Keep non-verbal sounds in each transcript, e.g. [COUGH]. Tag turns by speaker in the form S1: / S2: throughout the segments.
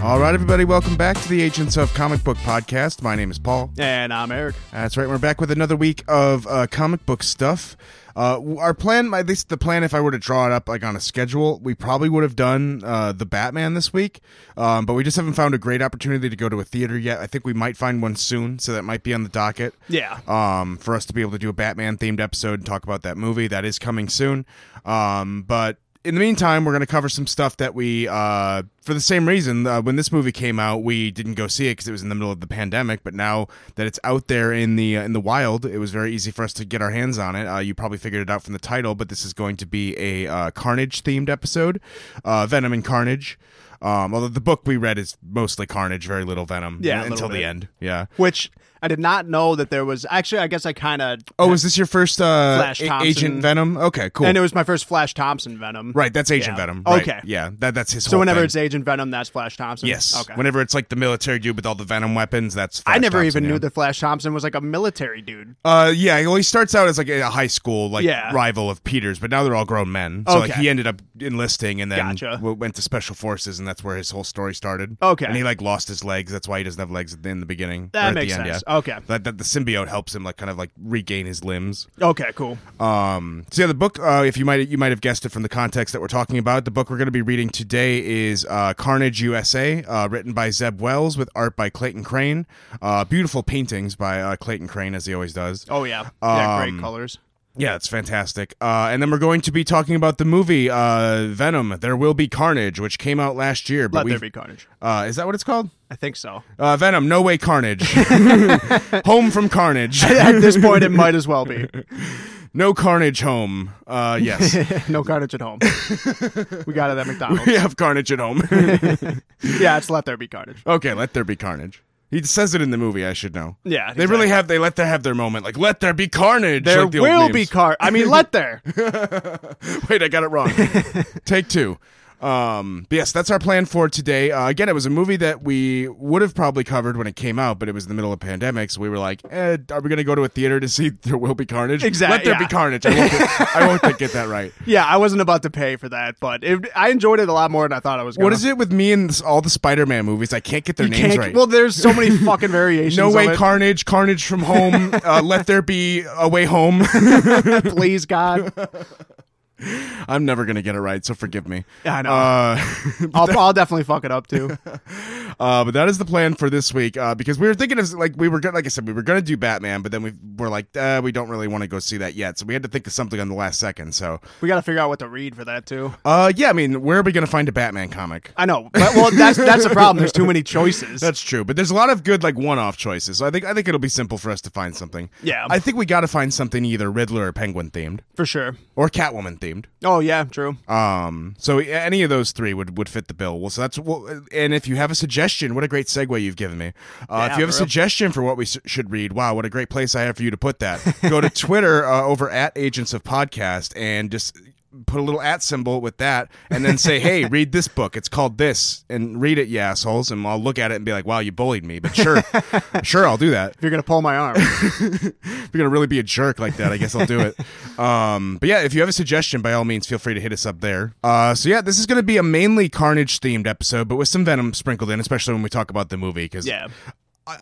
S1: All right, everybody, welcome back to the Agents of Comic Book podcast. My name is Paul.
S2: And I'm Eric.
S1: That's right. We're back with another week of uh, comic book stuff. Uh, w- our plan, my, this the plan. If I were to draw it up like on a schedule, we probably would have done uh, the Batman this week, um, but we just haven't found a great opportunity to go to a theater yet. I think we might find one soon, so that might be on the docket.
S2: Yeah.
S1: Um, for us to be able to do a Batman themed episode and talk about that movie that is coming soon. Um, but in the meantime, we're going to cover some stuff that we, uh, for the same reason, uh, when this movie came out, we didn't go see it because it was in the middle of the pandemic. But now that it's out there in the uh, in the wild, it was very easy for us to get our hands on it. Uh, you probably figured it out from the title, but this is going to be a uh, Carnage themed episode, uh, Venom and Carnage. Um, although the book we read is mostly Carnage, very little Venom.
S2: Yeah, a little
S1: until the
S2: bit.
S1: end. Yeah.
S2: Which I did not know that there was. Actually, I guess I kind of.
S1: Oh, is this your first uh,
S2: Flash
S1: A-
S2: Thompson.
S1: Agent Venom? Okay, cool.
S2: And it was my first Flash Thompson Venom.
S1: right, that's Agent
S2: Yeah.
S1: Venom. right.
S2: Okay.
S1: yeah, that, that's his.
S2: So whenever
S1: thing.
S2: it's Agent Venom, that's Flash Thompson.
S1: yes,
S2: Okay.
S1: whenever it's like the military dude with all the Venom weapons, that's. Flash
S2: I never
S1: Thompson,
S2: even
S1: yeah.
S2: knew that Flash Thompson was like a military dude.
S1: Uh, yeah, well, he starts out as like a high school like
S2: Yeah.
S1: rival of Peter's, but now they're all grown men. So like
S2: Okay.
S1: he ended up enlisting and then
S2: Gotcha.
S1: w- went to special forces, and that's where his whole story started.
S2: Okay.
S1: and he like lost his legs. That's why he doesn't have legs at the- in the beginning. or
S2: That
S1: at the
S2: makes
S1: end,
S2: sense.
S1: Yeah.
S2: Okay.
S1: That, that the symbiote helps him like kind of like regain his limbs.
S2: Okay, cool.
S1: Um, so yeah, the book. Uh, if you might, you might have guessed it from the context that we're talking about. The book we're going to be reading today is uh, Carnage USA, uh, written by Zeb Wells with art by Clayton Crane. Uh, beautiful paintings by uh, Clayton Crane, as he always does.
S2: Oh, yeah. Yeah,
S1: Um,
S2: great colors.
S1: Yeah, it's fantastic. Uh, and then we're going to be talking about the movie uh, Venom. There will be Carnage, which came out last year. But
S2: Let
S1: we
S2: there be carnage.
S1: uh, is that what it's called?
S2: I think
S1: [LAUGHS]
S2: so. [LAUGHS]
S1: Uh, Venom. No way, Carnage. Home from
S2: [LAUGHS]
S1: Carnage.
S2: At this point, it might as well be. [LAUGHS]
S1: No Carnage home. Uh, yes. [LAUGHS]
S2: No carnage at home. We got it at McDonald's.
S1: we have Carnage at home. [LAUGHS]
S2: Yeah, it's Let There Be Carnage.
S1: Okay, let there be carnage. He says it in the movie. I should know.
S2: Yeah,
S1: they really have. They let there have their moment. Like let there be carnage.
S2: There
S1: like the old
S2: will be
S1: memes.
S2: car. I mean, let there.
S1: [LAUGHS] Wait, I got it
S2: [LAUGHS]
S1: wrong. Take two. Um, but yes, that's our plan for today. Uh, again, it was a movie that we would have probably covered when it came out, but it was in the middle of pandemic, so we were like, eh, "Are we going to go to a theater to see [LAUGHS] There Will Be Carnage?"
S2: Exact-
S1: Let there be
S2: yeah.
S1: carnage. I won't, get, I won't get that right.
S2: [LAUGHS] Yeah, I wasn't about to pay for that, but it, I enjoyed it a lot more than I thought I was. Gonna.
S1: What is it with me and this, all the Spider-Man movies? I can't get their names
S2: Can't-
S1: right.
S2: Well, there's so many
S1: [LAUGHS]
S2: fucking variations.
S1: no
S2: of
S1: way,
S2: it.
S1: carnage, carnage from
S2: [LAUGHS]
S1: home. uh, let there be a way home. [LAUGHS]
S2: please God.
S1: I'm never gonna get it right, so forgive me.
S2: [LAUGHS] Yeah, I know.
S1: Uh,
S2: I'll, I'll definitely fuck it up too.
S1: uh, but that is the plan for this week uh, because we were thinking of like we were gonna, like I said we were gonna do Batman, but then we were like uh, we don't really want to go see that yet, so we had to think of something on the last second. So
S2: We got to figure out what to read for that too.
S1: uh, yeah, I mean, where are we gonna find a Batman comic?
S2: I know. But, well, that's that's the problem. There's too many choices.
S1: That's true, but there's a lot of good like one-off choices. So I think I think it'll be simple for us to find something.
S2: Yeah.
S1: I think we got to find something either Riddler or Penguin themed
S2: for sure.
S1: or Catwoman themed.
S2: Oh yeah, true.
S1: Um, so any of those three would would fit the bill. Well, so that's well, and if you have a suggestion, what a great segue you've given me. Uh, if
S2: Yeah,
S1: you have a
S2: for real.
S1: suggestion for what we s- should read, wow, what a great place I have for you to put that. Go
S2: [LAUGHS]
S1: to Twitter uh, over at Agents of Podcast and just put a little at symbol with that, and then say,
S2: [LAUGHS]
S1: hey, read this book. It's called this, and read it, you assholes. And I'll look at it and be like, wow, you bullied me, but
S2: [LAUGHS]
S1: sure, sure, I'll do that
S2: If you're gonna pull my
S1: [LAUGHS]
S2: arm,
S1: if you're gonna really be a jerk like that, I guess I'll do
S2: [LAUGHS]
S1: it. Um, but yeah, if you have a suggestion, by all means, feel free to hit us up there. Uh, so yeah, this is gonna be a mainly Carnage themed episode, but with some Venom sprinkled in, especially when we talk about the movie. Because
S2: yeah.
S1: I,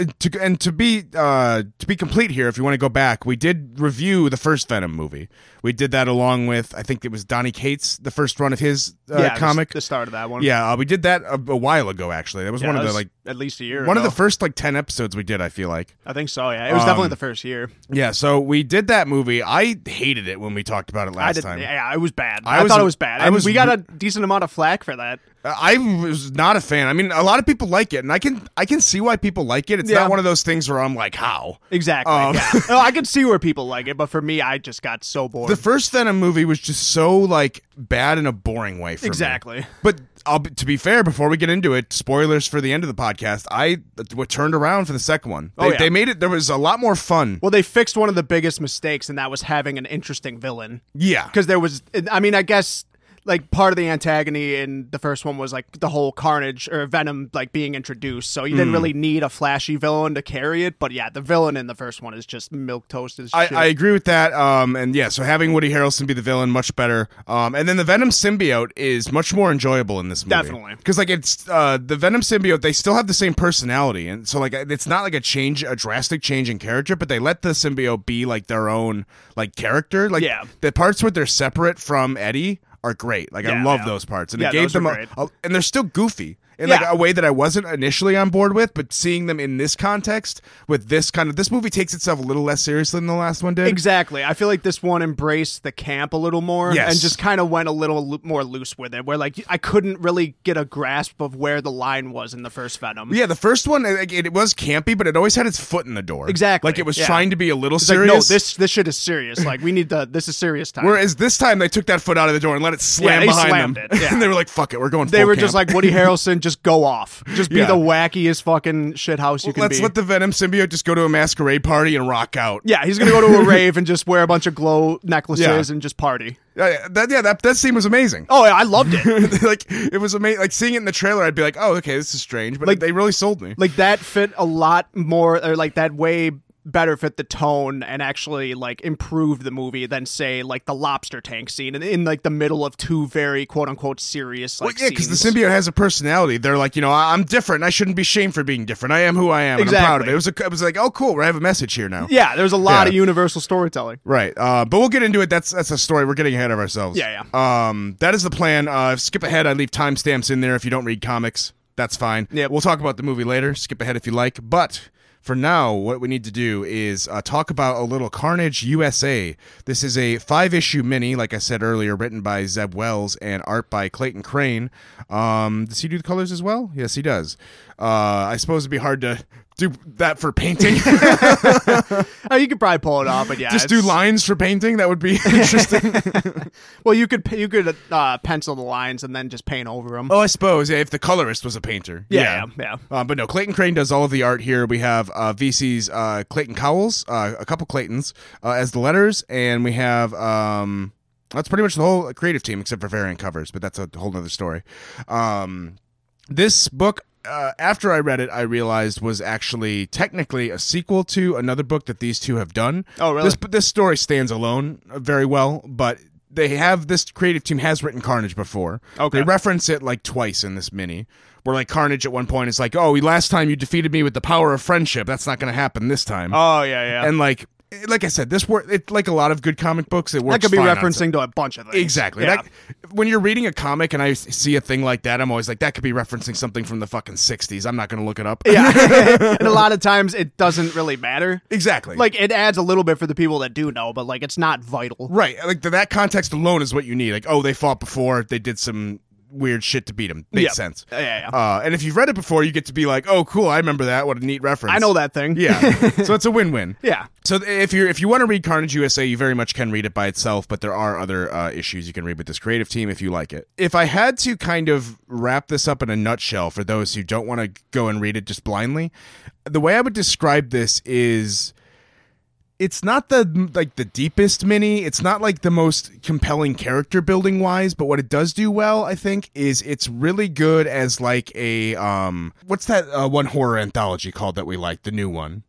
S1: I- to, and to be uh, to be complete here, if you want to go back, we did review the first Venom movie. We did that along with I think it was Donny Cates, the first run of his uh,
S2: yeah, this-
S1: comic.
S2: The, start of that one.
S1: yeah, uh, we did that a, a while ago. Actually, that was
S2: Yeah,
S1: one of
S2: that
S1: the
S2: was
S1: like
S2: at least a year.
S1: one of the Um,
S2: ago.
S1: first like ten episodes we did. I feel like.
S2: I think so. Yeah, it was definitely the first year.
S1: Yeah, so we did that movie. I hated it when we talked about it
S2: I
S1: last
S2: did.
S1: time. I
S2: Yeah, it was bad.
S1: I
S2: I,
S1: was-
S2: thought it was bad.
S1: I
S2: And
S1: was
S2: we got
S1: re-
S2: a decent amount of flack for that.
S1: Uh, I was not a fan. I mean, a lot of people like it, and I can I can see why people like it. It's
S2: Yeah.
S1: not one of those things where I'm like, how?
S2: Exactly.
S1: Um. [LAUGHS]
S2: yeah. No, I could see where people like it, but for me, I just got so bored.
S1: The first Venom movie was just so like bad in a boring way for me.
S2: Exactly.
S1: But I'll be, to be fair, before we get into it, spoilers for the end of the podcast. I uh, turned around for the second one. They,
S2: Oh, yeah.
S1: they made it. There was a lot more fun.
S2: well, they fixed one of the biggest mistakes, and that was having an interesting villain.
S1: Yeah.
S2: because there was i mean i guess like part of the antagony in the first one was like the whole Carnage or Venom like being introduced, so you
S1: Hmm.
S2: didn't really need a flashy villain to carry it. But yeah, the villain in the first one is just milk toast as
S1: I,
S2: shit.
S1: I agree with that. Um, and yeah, so having Woody Harrelson be the villain much better. Um, and then the Venom symbiote is much more enjoyable in this movie.
S2: Definitely.
S1: because like it's uh the Venom symbiote, they still have the same personality, and so like it's not like a change, a drastic change in character, but they let the symbiote be like their own like character. Like
S2: Yeah.
S1: the parts where they're separate from Eddie are great. Like I
S2: Yeah,
S1: love
S2: yeah.
S1: those parts, and
S2: Yeah,
S1: it gave
S2: those were
S1: them a,
S2: great.
S1: a- and they're still goofy. In like
S2: Yeah.
S1: a way that I wasn't initially on board with, but seeing them in this context, with this kind of this movie takes itself a little less seriously than the last one did.
S2: Exactly. I feel like this one embraced the camp a little more
S1: Yes.
S2: and just kind of went a little lo- more loose with it. Where like I couldn't really get a grasp of where the line was in the first Venom.
S1: Yeah, the first one it, it was campy, but it always had its foot in the door.
S2: Exactly,
S1: like it was
S2: yeah.
S1: trying to be a little
S2: It's like,
S1: serious.
S2: no, this this shit is serious. Like we need the this is serious time.
S1: Whereas this time they took that foot out of the door and let it slam
S2: they
S1: behind
S2: slammed
S1: them,
S2: it,
S1: [LAUGHS]
S2: yeah.
S1: and they were like, "Fuck it, we're going."
S2: they
S1: full
S2: were
S1: camp.
S2: just like Woody Harrelson, just go off, just be
S1: Yeah.
S2: the wackiest fucking shit house you can
S1: "Let's
S2: be.
S1: let the Venom symbiote just go to a masquerade party and rock out."
S2: yeah, he's gonna go to a rave and just wear a bunch of glow necklaces
S1: Yeah.
S2: and just party.
S1: Yeah, that, yeah, that that scene was amazing. [LAUGHS]
S2: Oh, yeah, I loved it.
S1: like it was amazing. Like seeing it in the trailer, I'd be like, "Oh, okay, this is strange," but
S2: Like-
S1: they really sold me.
S2: like that fit a lot more or like that way better fit the tone and actually like improved the movie than say like the lobster tank scene in, in like the middle of two very quote unquote serious like
S1: Well, yeah, because the
S2: scenes.
S1: symbiote has a personality. They're like, you know, I- I'm different. I shouldn't be shamed for being different. I am who I am. and I'm proud of
S2: Exactly.
S1: it. It was, a, it was like, oh, cool. I have a message here now.
S2: yeah there's a lot of
S1: Yeah.
S2: universal storytelling
S1: Right. Uh, but we'll get into it. That's that's a story. We're getting ahead of ourselves.
S2: Yeah,
S1: yeah. Um, that is the plan. Uh, skip ahead. I leave timestamps in there if you don't read comics. That's fine.
S2: Yep.
S1: We'll talk about the movie later. Skip ahead if you like. But for now, what we need to do is uh, talk about a little Carnage USA. This is a five issue mini, like I said earlier, written by Zeb Wells and art by Clayton Crane. Um, does he do the colors as well? Yes, he does. Uh, I suppose it'd be hard to do that for painting. [LAUGHS]
S2: oh, you could probably pull it off but yeah
S1: Just do
S2: it's-
S1: lines for painting. That would be [LAUGHS] interesting.
S2: well you could you could uh pencil the lines and then just paint over them
S1: Oh, I suppose. Yeah, if the colorist was a painter.
S2: yeah yeah,
S1: Uh, but no, Clayton Crane does all of the art here. We have uh, VC's uh, Clayton Cowles, uh, a couple Claytons uh, as the letters, and we have um, that's pretty much the whole creative team except for variant covers, but that's a whole nother story. Um, this book, uh, after I read it, I realized was actually technically a sequel to another book that these two have done.
S2: Oh, really?
S1: This this story stands alone uh, very well, but they have this creative team has written Carnage before.
S2: Okay.
S1: They reference it like twice in this mini. Where like Carnage at one point is like, "Oh, last time you defeated me with the power of friendship. That's not going to happen this time."
S2: oh yeah yeah
S1: And like like I said, this work it like a lot of good comic books. It works.
S2: that could be
S1: fine on
S2: referencing to a bunch of things
S1: Exactly.
S2: yeah.
S1: That- when you're reading a comic and I s- see a thing like that, I'm always like, that could be referencing something from the fucking 60s. I'm not going to look it up.
S2: [LAUGHS] yeah and a lot of times it doesn't really matter
S1: [LAUGHS] exactly.
S2: like it adds a little bit for the people that do know, but like it's not vital.
S1: right. Like, th- that context alone is what you need. Like, oh, they fought before. They did some weird shit to beat them. Makes
S2: Yeah.
S1: sense.
S2: Yeah, yeah, yeah.
S1: Uh, and if you've read it before, you get to be like, oh, cool. I remember that. What a neat reference.
S2: I know that thing.
S1: Yeah. so it's a win win.
S2: [LAUGHS] yeah.
S1: So th- if you are if you want to read Carnage USA, you very much can read it by itself, but there are other uh, issues you can read with this creative team if you like it. If I had to kind of wrap this up in a nutshell for those who don't want to go and read it just blindly, the way I would describe this is it's not the like the deepest mini it's not like the most compelling character building wise but what it does do well i think is it's really good as like a um what's that uh, one horror anthology called that we like the new one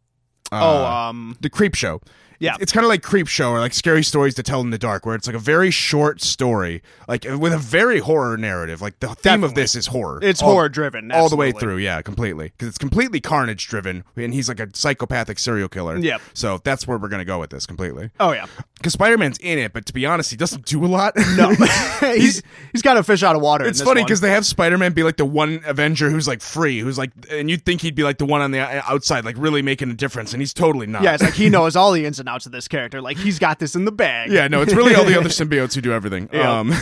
S1: Uh,
S2: oh, um,
S1: the creep show
S2: Yeah.
S1: it's, kind of like creep show or like scary stories to tell in the dark where it's like a very short story like with a very horror narrative like the theme of
S2: Definitely.
S1: this is horror
S2: it's
S1: All-
S2: horror driven
S1: all the way through yeah completely because it's completely carnage driven and he's like a psychopathic serial killer
S2: Yep.
S1: so that's where we're gonna go with this completely
S2: Oh yeah.
S1: because spider-man's in it but to be honest he doesn't do a lot [LAUGHS]
S2: No, [LAUGHS] he's he's got a fish out of water.
S1: It's funny because they have Spider-Man be like the one Avenger who's like free, who's like, and you'd think he'd be like the one on the o- outside, like really making a difference, and he's totally not.
S2: yeah, it's like he knows all the ins and outs of this character. Like he's got this in the bag.
S1: Yeah, no, it's really all the
S2: [LAUGHS]
S1: other symbiotes who do everything.
S2: Yeah.
S1: Um,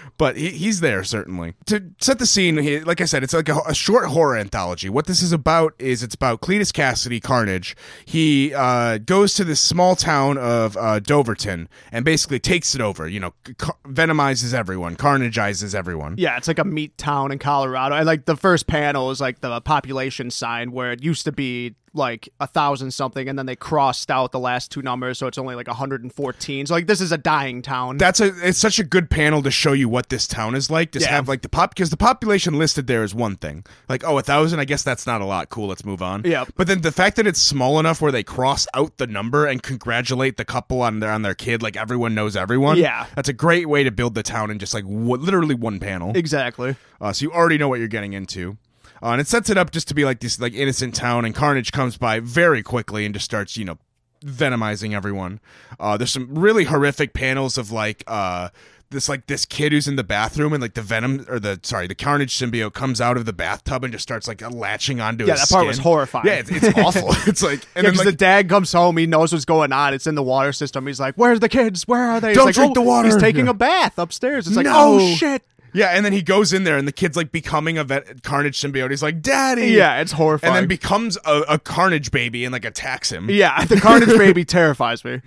S1: [LAUGHS] but he, he's there certainly to set the scene. He, like I said, it's like a, a short horror anthology. What this is about is it's about Cletus Cassidy Carnage. He uh, goes to this small town of uh, Doverton and basically takes it over. You know, c- car- venomizes everyone, carnageizes everyone.
S2: Yeah, it's like a meat town in Colorado. And like the first panel is like the population sign where it used to be like a thousand something, and then they crossed out the last two numbers, so it's only like 114. So like this is a dying town.
S1: That's a it's such a good panel to show you what this town is like. Just
S2: Yeah.
S1: have like the pop because the population listed there is one thing. Like oh a thousand, I guess that's not a lot. Cool, let's move on.
S2: Yeah.
S1: But then the fact that it's small enough where they cross out the number and congratulate the couple on their on their kid, like everyone knows everyone.
S2: Yeah.
S1: That's a great way to build the town in just like w- literally one panel.
S2: exactly.
S1: Uh, so you already know what you're getting into. Uh, and it sets it up just to be like this like innocent town, and Carnage comes by very quickly and just starts, you know, venomizing everyone. Uh, there's some really horrific panels of like uh, this like this kid who's in the bathroom and like the venom or the sorry the Carnage symbiote comes out of the bathtub and just starts like latching onto
S2: Yeah,
S1: his
S2: that part was
S1: skin.
S2: horrifying.
S1: Yeah, it's, it's
S2: [LAUGHS]
S1: awful. it's like and
S2: Yeah,
S1: then
S2: 'cause
S1: like,
S2: the dad comes home, he knows what's going on. It's in the water system. He's like, "Where's the kids? Where are they?" He's
S1: Don't
S2: like,
S1: drink
S2: "Oh,
S1: the water."
S2: He's taking a bath upstairs. It's like,
S1: No.
S2: "Oh shit!"
S1: yeah, and then he goes in there and the kid's like becoming a vet- Carnage symbiote. He's like, "Daddy."
S2: Yeah, it's horrifying.
S1: And then becomes a, a carnage baby and like attacks him.
S2: yeah, the Carnage baby terrifies me.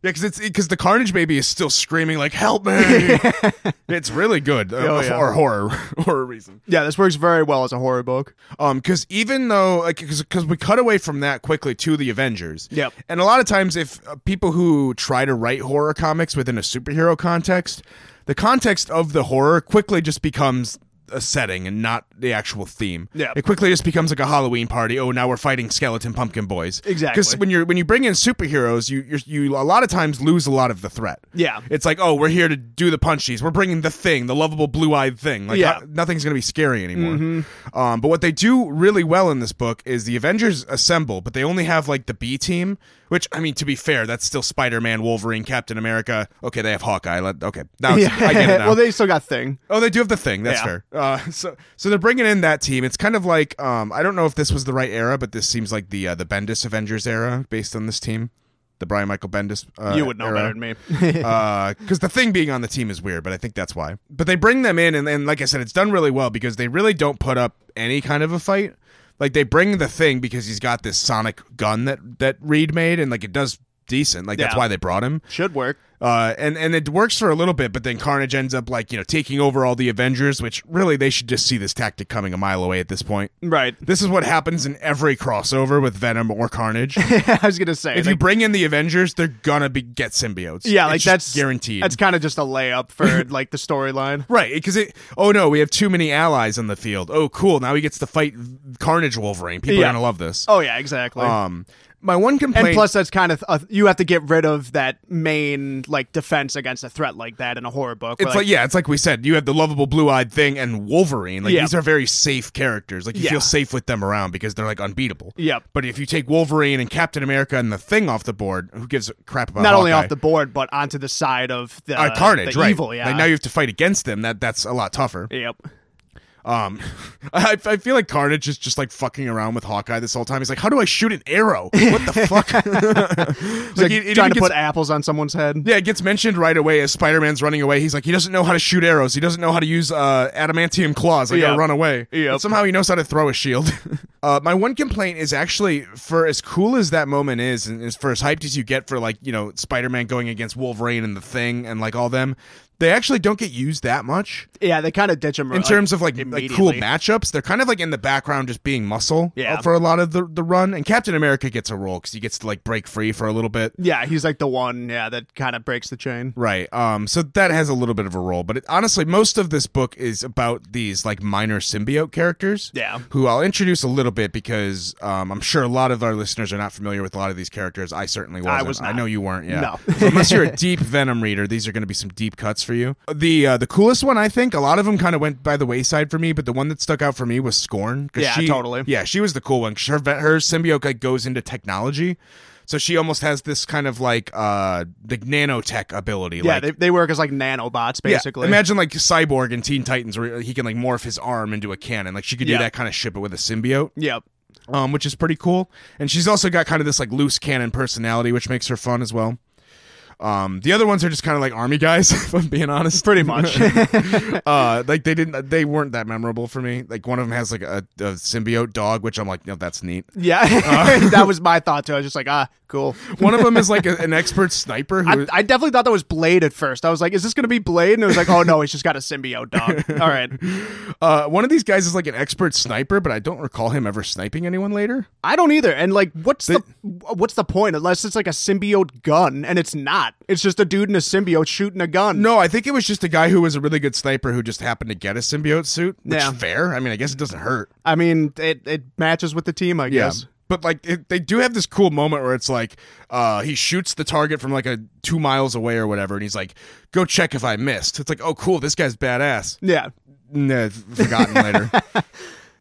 S1: Yeah, because it's because the Carnage baby is still screaming like "Help
S2: [LAUGHS]
S1: me!" it's really good uh,
S2: Oh, yeah.
S1: for horror [LAUGHS] horror reason.
S2: Yeah, this works very well as a horror book.
S1: Um, because even though like because we cut away from that quickly to the Avengers.
S2: Yep.
S1: And a lot of times, if uh, people who try to write horror comics within a superhero context, the context of the horror quickly just becomes a setting and not the actual theme.
S2: Yeah.
S1: It quickly just becomes like a Halloween party. Oh, now we're fighting skeleton pumpkin boys.
S2: Exactly.
S1: Because when you're when you bring in superheroes, you you're, you a lot of times lose a lot of the threat.
S2: Yeah.
S1: It's like, oh, we're here to do the punchies. We're bringing the thing, the lovable blue-eyed thing. Like
S2: Yeah. Mm-hmm.
S1: how- nothing's going to be scary anymore. Um, but what they do really well in this book is the Avengers assemble, but they only have like the B team, which I mean, to be fair, that's still Spider-Man, Wolverine, Captain America. Okay, they have Hawkeye. Let, okay, now it's, I get [LAUGHS]
S2: [LAUGHS]
S1: it now.
S2: well, they still got thing.
S1: Oh, they do have the thing. That's
S2: Yeah.
S1: fair. Uh, so, so they're bringing in that team. It's kind of like um, I don't know if this was the right era, but this seems like the uh, the Bendis Avengers era based on this team, the Brian Michael Bendis. Uh,
S2: You would know
S1: era.
S2: better than me.
S1: [LAUGHS] because Uh, the thing being on the team is weird, but I think that's why. But they bring them in, and, and like I said, it's done really well because they really don't put up any kind of a fight. Like they bring the thing because he's got this sonic gun that that Reed made, and like it does decent. Like that's
S2: Yeah.
S1: why they brought him.
S2: Should work.
S1: Uh, and and it works for a little bit, but then Carnage ends up like you know taking over all the Avengers, which really they should just see this tactic coming a mile away at this point. [LAUGHS]
S2: Right.
S1: This is what happens in every crossover with Venom or Carnage.
S2: [LAUGHS] I was gonna say.
S1: if
S2: like,
S1: you bring in the Avengers, they're gonna be get symbiotes.
S2: yeah,
S1: It's
S2: like
S1: just
S2: that's
S1: guaranteed.
S2: That's kind of just a
S1: [LAUGHS]
S2: layup for like the storyline.
S1: Right, because it. Oh no, we have too many allies on the field. Oh, cool. Now he gets to fight Carnage Wolverine. People are
S2: Yeah.
S1: gonna love this.
S2: Oh yeah, exactly.
S1: Um, my one
S2: and
S1: complaint.
S2: plus, that's kind of a, you have to get rid of that main like defense against a threat like that in a horror book. where,
S1: it's like, yeah, it's like we said. You have the lovable blue-eyed thing and Wolverine. Like
S2: Yeah.
S1: these are very safe characters. Like you
S2: Yeah.
S1: feel safe with them around because they're like unbeatable.
S2: Yep.
S1: But if you take Wolverine and Captain America and the Thing off the board, who gives a crap about
S2: not only
S1: Hawkeye?
S2: off the board but onto the side of the
S1: Uh, Carnage,
S2: the
S1: right?
S2: evil. Yeah.
S1: Like now you have to fight against them. That that's a lot tougher.
S2: yep.
S1: Um, [LAUGHS] I, I feel like Carnage is just like fucking around with Hawkeye this whole time. He's like, "How do I shoot an arrow? What the fuck?"
S2: [LAUGHS]
S1: like,
S2: It's like,
S1: it- it
S2: trying
S1: even
S2: to
S1: gets-
S2: put apples on someone's head.
S1: yeah, it gets mentioned right away as Spider Man's running away. He's like, he doesn't know how to shoot arrows. He doesn't know how to use uh, adamantium claws. Like,
S2: Yeah.
S1: gotta run away.
S2: Yep.
S1: But somehow he knows how to throw a shield. [LAUGHS] uh, my one complaint is actually for as cool as that moment is, and as for as hyped as you get for like you know Spider Man going against Wolverine and the Thing and like all them, they actually don't get used that much
S2: Yeah, they kind of ditch him
S1: in terms of like, like cool
S2: immediately.
S1: matchups, they're kind of like in the background just being muscle
S2: Yeah.
S1: uh, for a lot of the, the run. And Captain America gets a role because he gets to like break free for a little bit.
S2: Yeah, he's like the one. Yeah, that kind of breaks the chain.
S1: Right. Um, so that has a little bit of a role. But it, honestly, most of this book is about these like minor symbiote characters.
S2: Yeah.
S1: Who I'll introduce a little bit because um, I'm sure a lot of our listeners are not familiar with a lot of these characters. I certainly wasn't.
S2: was
S1: I
S2: not.
S1: know you weren't. Yeah.
S2: No.
S1: So unless
S2: [LAUGHS]
S1: you're a deep Venom reader, these are going to be some deep cuts for you. The uh, the coolest one, I think, a lot of them kind of went by the wayside for me, but the one that stuck out for me was Scorn. 'cause
S2: Yeah,
S1: she-
S2: totally.
S1: Yeah, she was the cool one. 'cause Her her symbiote like goes into technology. So she almost has this kind of like uh like nanotech ability.
S2: Yeah,
S1: like,
S2: they, they work as like nanobots
S1: yeah,
S2: basically.
S1: imagine like Cyborg in Teen Titans where he can like morph his arm into a cannon. Like she could do
S2: Yeah.
S1: that kind of shit but with a symbiote
S2: yep.
S1: um, which is pretty cool. And she's also got kind of this like loose cannon personality, which makes her fun as well. Um, the other ones are just kind of like army guys, [LAUGHS] if I'm being honest.
S2: Pretty much.
S1: [LAUGHS] uh, like they didn't, they weren't that memorable for me. Like one of them has like a, a symbiote dog, which I'm like, no, that's neat.
S2: yeah, [LAUGHS] that was my thought too. I was just like, ah, cool.
S1: One of them is like a, an expert sniper who
S2: I, I definitely thought that was Blade at first. I was like, is this going to be Blade? And it was like, oh no, he's just got a symbiote dog. All right.
S1: Uh, one of these guys is like an expert sniper, but I don't recall him ever sniping anyone later.
S2: I don't either. And like, what's the, what's the point unless it's like a symbiote gun and it's not. It's just a dude in a symbiote shooting a gun.
S1: No, I think it was just a guy who was a really good sniper who just happened to get a symbiote suit. Which
S2: Yeah.
S1: is fair. I mean, I guess it doesn't hurt.
S2: I mean, it it matches with the team, I guess.
S1: But like it, they do have this cool moment where it's like uh, he shoots the target from like a two miles away or whatever, and he's like, "Go check if I missed." It's like, "Oh, cool, this guy's badass."
S2: Yeah.
S1: Nah, f- forgotten later.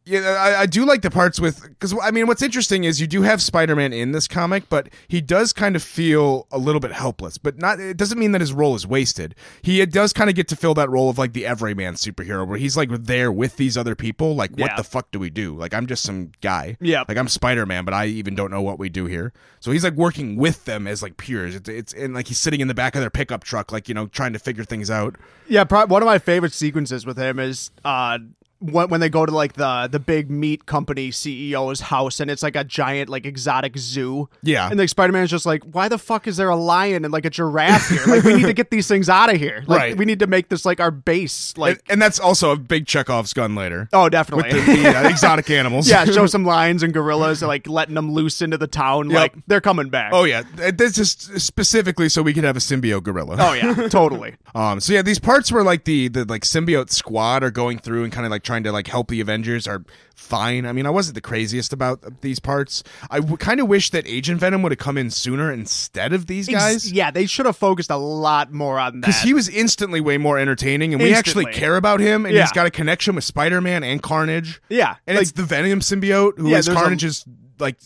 S1: Yeah, I, I do like the parts with because I mean, what's interesting is you do have Spider-Man in this comic, but he does kind of feel a little bit helpless. But not it doesn't mean that his role is wasted. He does kind of get to fill that role of like the everyman superhero, where he's like there with these other people. Like, what
S2: Yeah.
S1: the fuck do we do? Like, I'm just some guy.
S2: Yeah.
S1: Like I'm Spider-Man, but I even don't know what we do here. So he's like working with them as like peers. It's, it's and like he's sitting in the back of their pickup truck, like you know, trying to figure things out.
S2: Yeah, pro- one of my favorite sequences with him is uh when, when they go to like the the big meat company CEO's house and it's like a giant like exotic zoo.
S1: Yeah.
S2: And like Spider-Man's just like, "Why the fuck is there a lion and like a giraffe here? Like we need to get these things out of here. Like
S1: Right.
S2: we need to make this like our base." Like
S1: and, and that's also a big Chekhov's gun later.
S2: Oh,
S1: [LAUGHS]
S2: definitely.
S1: the, the, uh, exotic animals.
S2: [LAUGHS] yeah, show some lions and gorillas and like letting them loose into the town like they're coming back.
S1: Oh yeah, Uh, this is specifically so we could have a symbiote gorilla.
S2: Oh, yeah, totally.
S1: Um, so yeah, these parts where like the the like symbiote squad are going through and kind of like trying to like help the Avengers are fine. I mean, I wasn't the craziest about these parts. I w- kind of wish that Agent Venom would have come in sooner instead of these [LAUGHS]
S2: Ex-
S1: guys.
S2: yeah, they should have focused a lot more on that.
S1: because he was instantly way more entertaining, and we actually
S2: Instantly.
S1: care about him, and
S2: Yeah.
S1: he's got a connection with Spider-Man and Carnage.
S2: Yeah,
S1: and
S2: like-
S1: it's the Venom symbiote who
S2: Yeah,
S1: is
S2: there's a-
S1: Carnage's like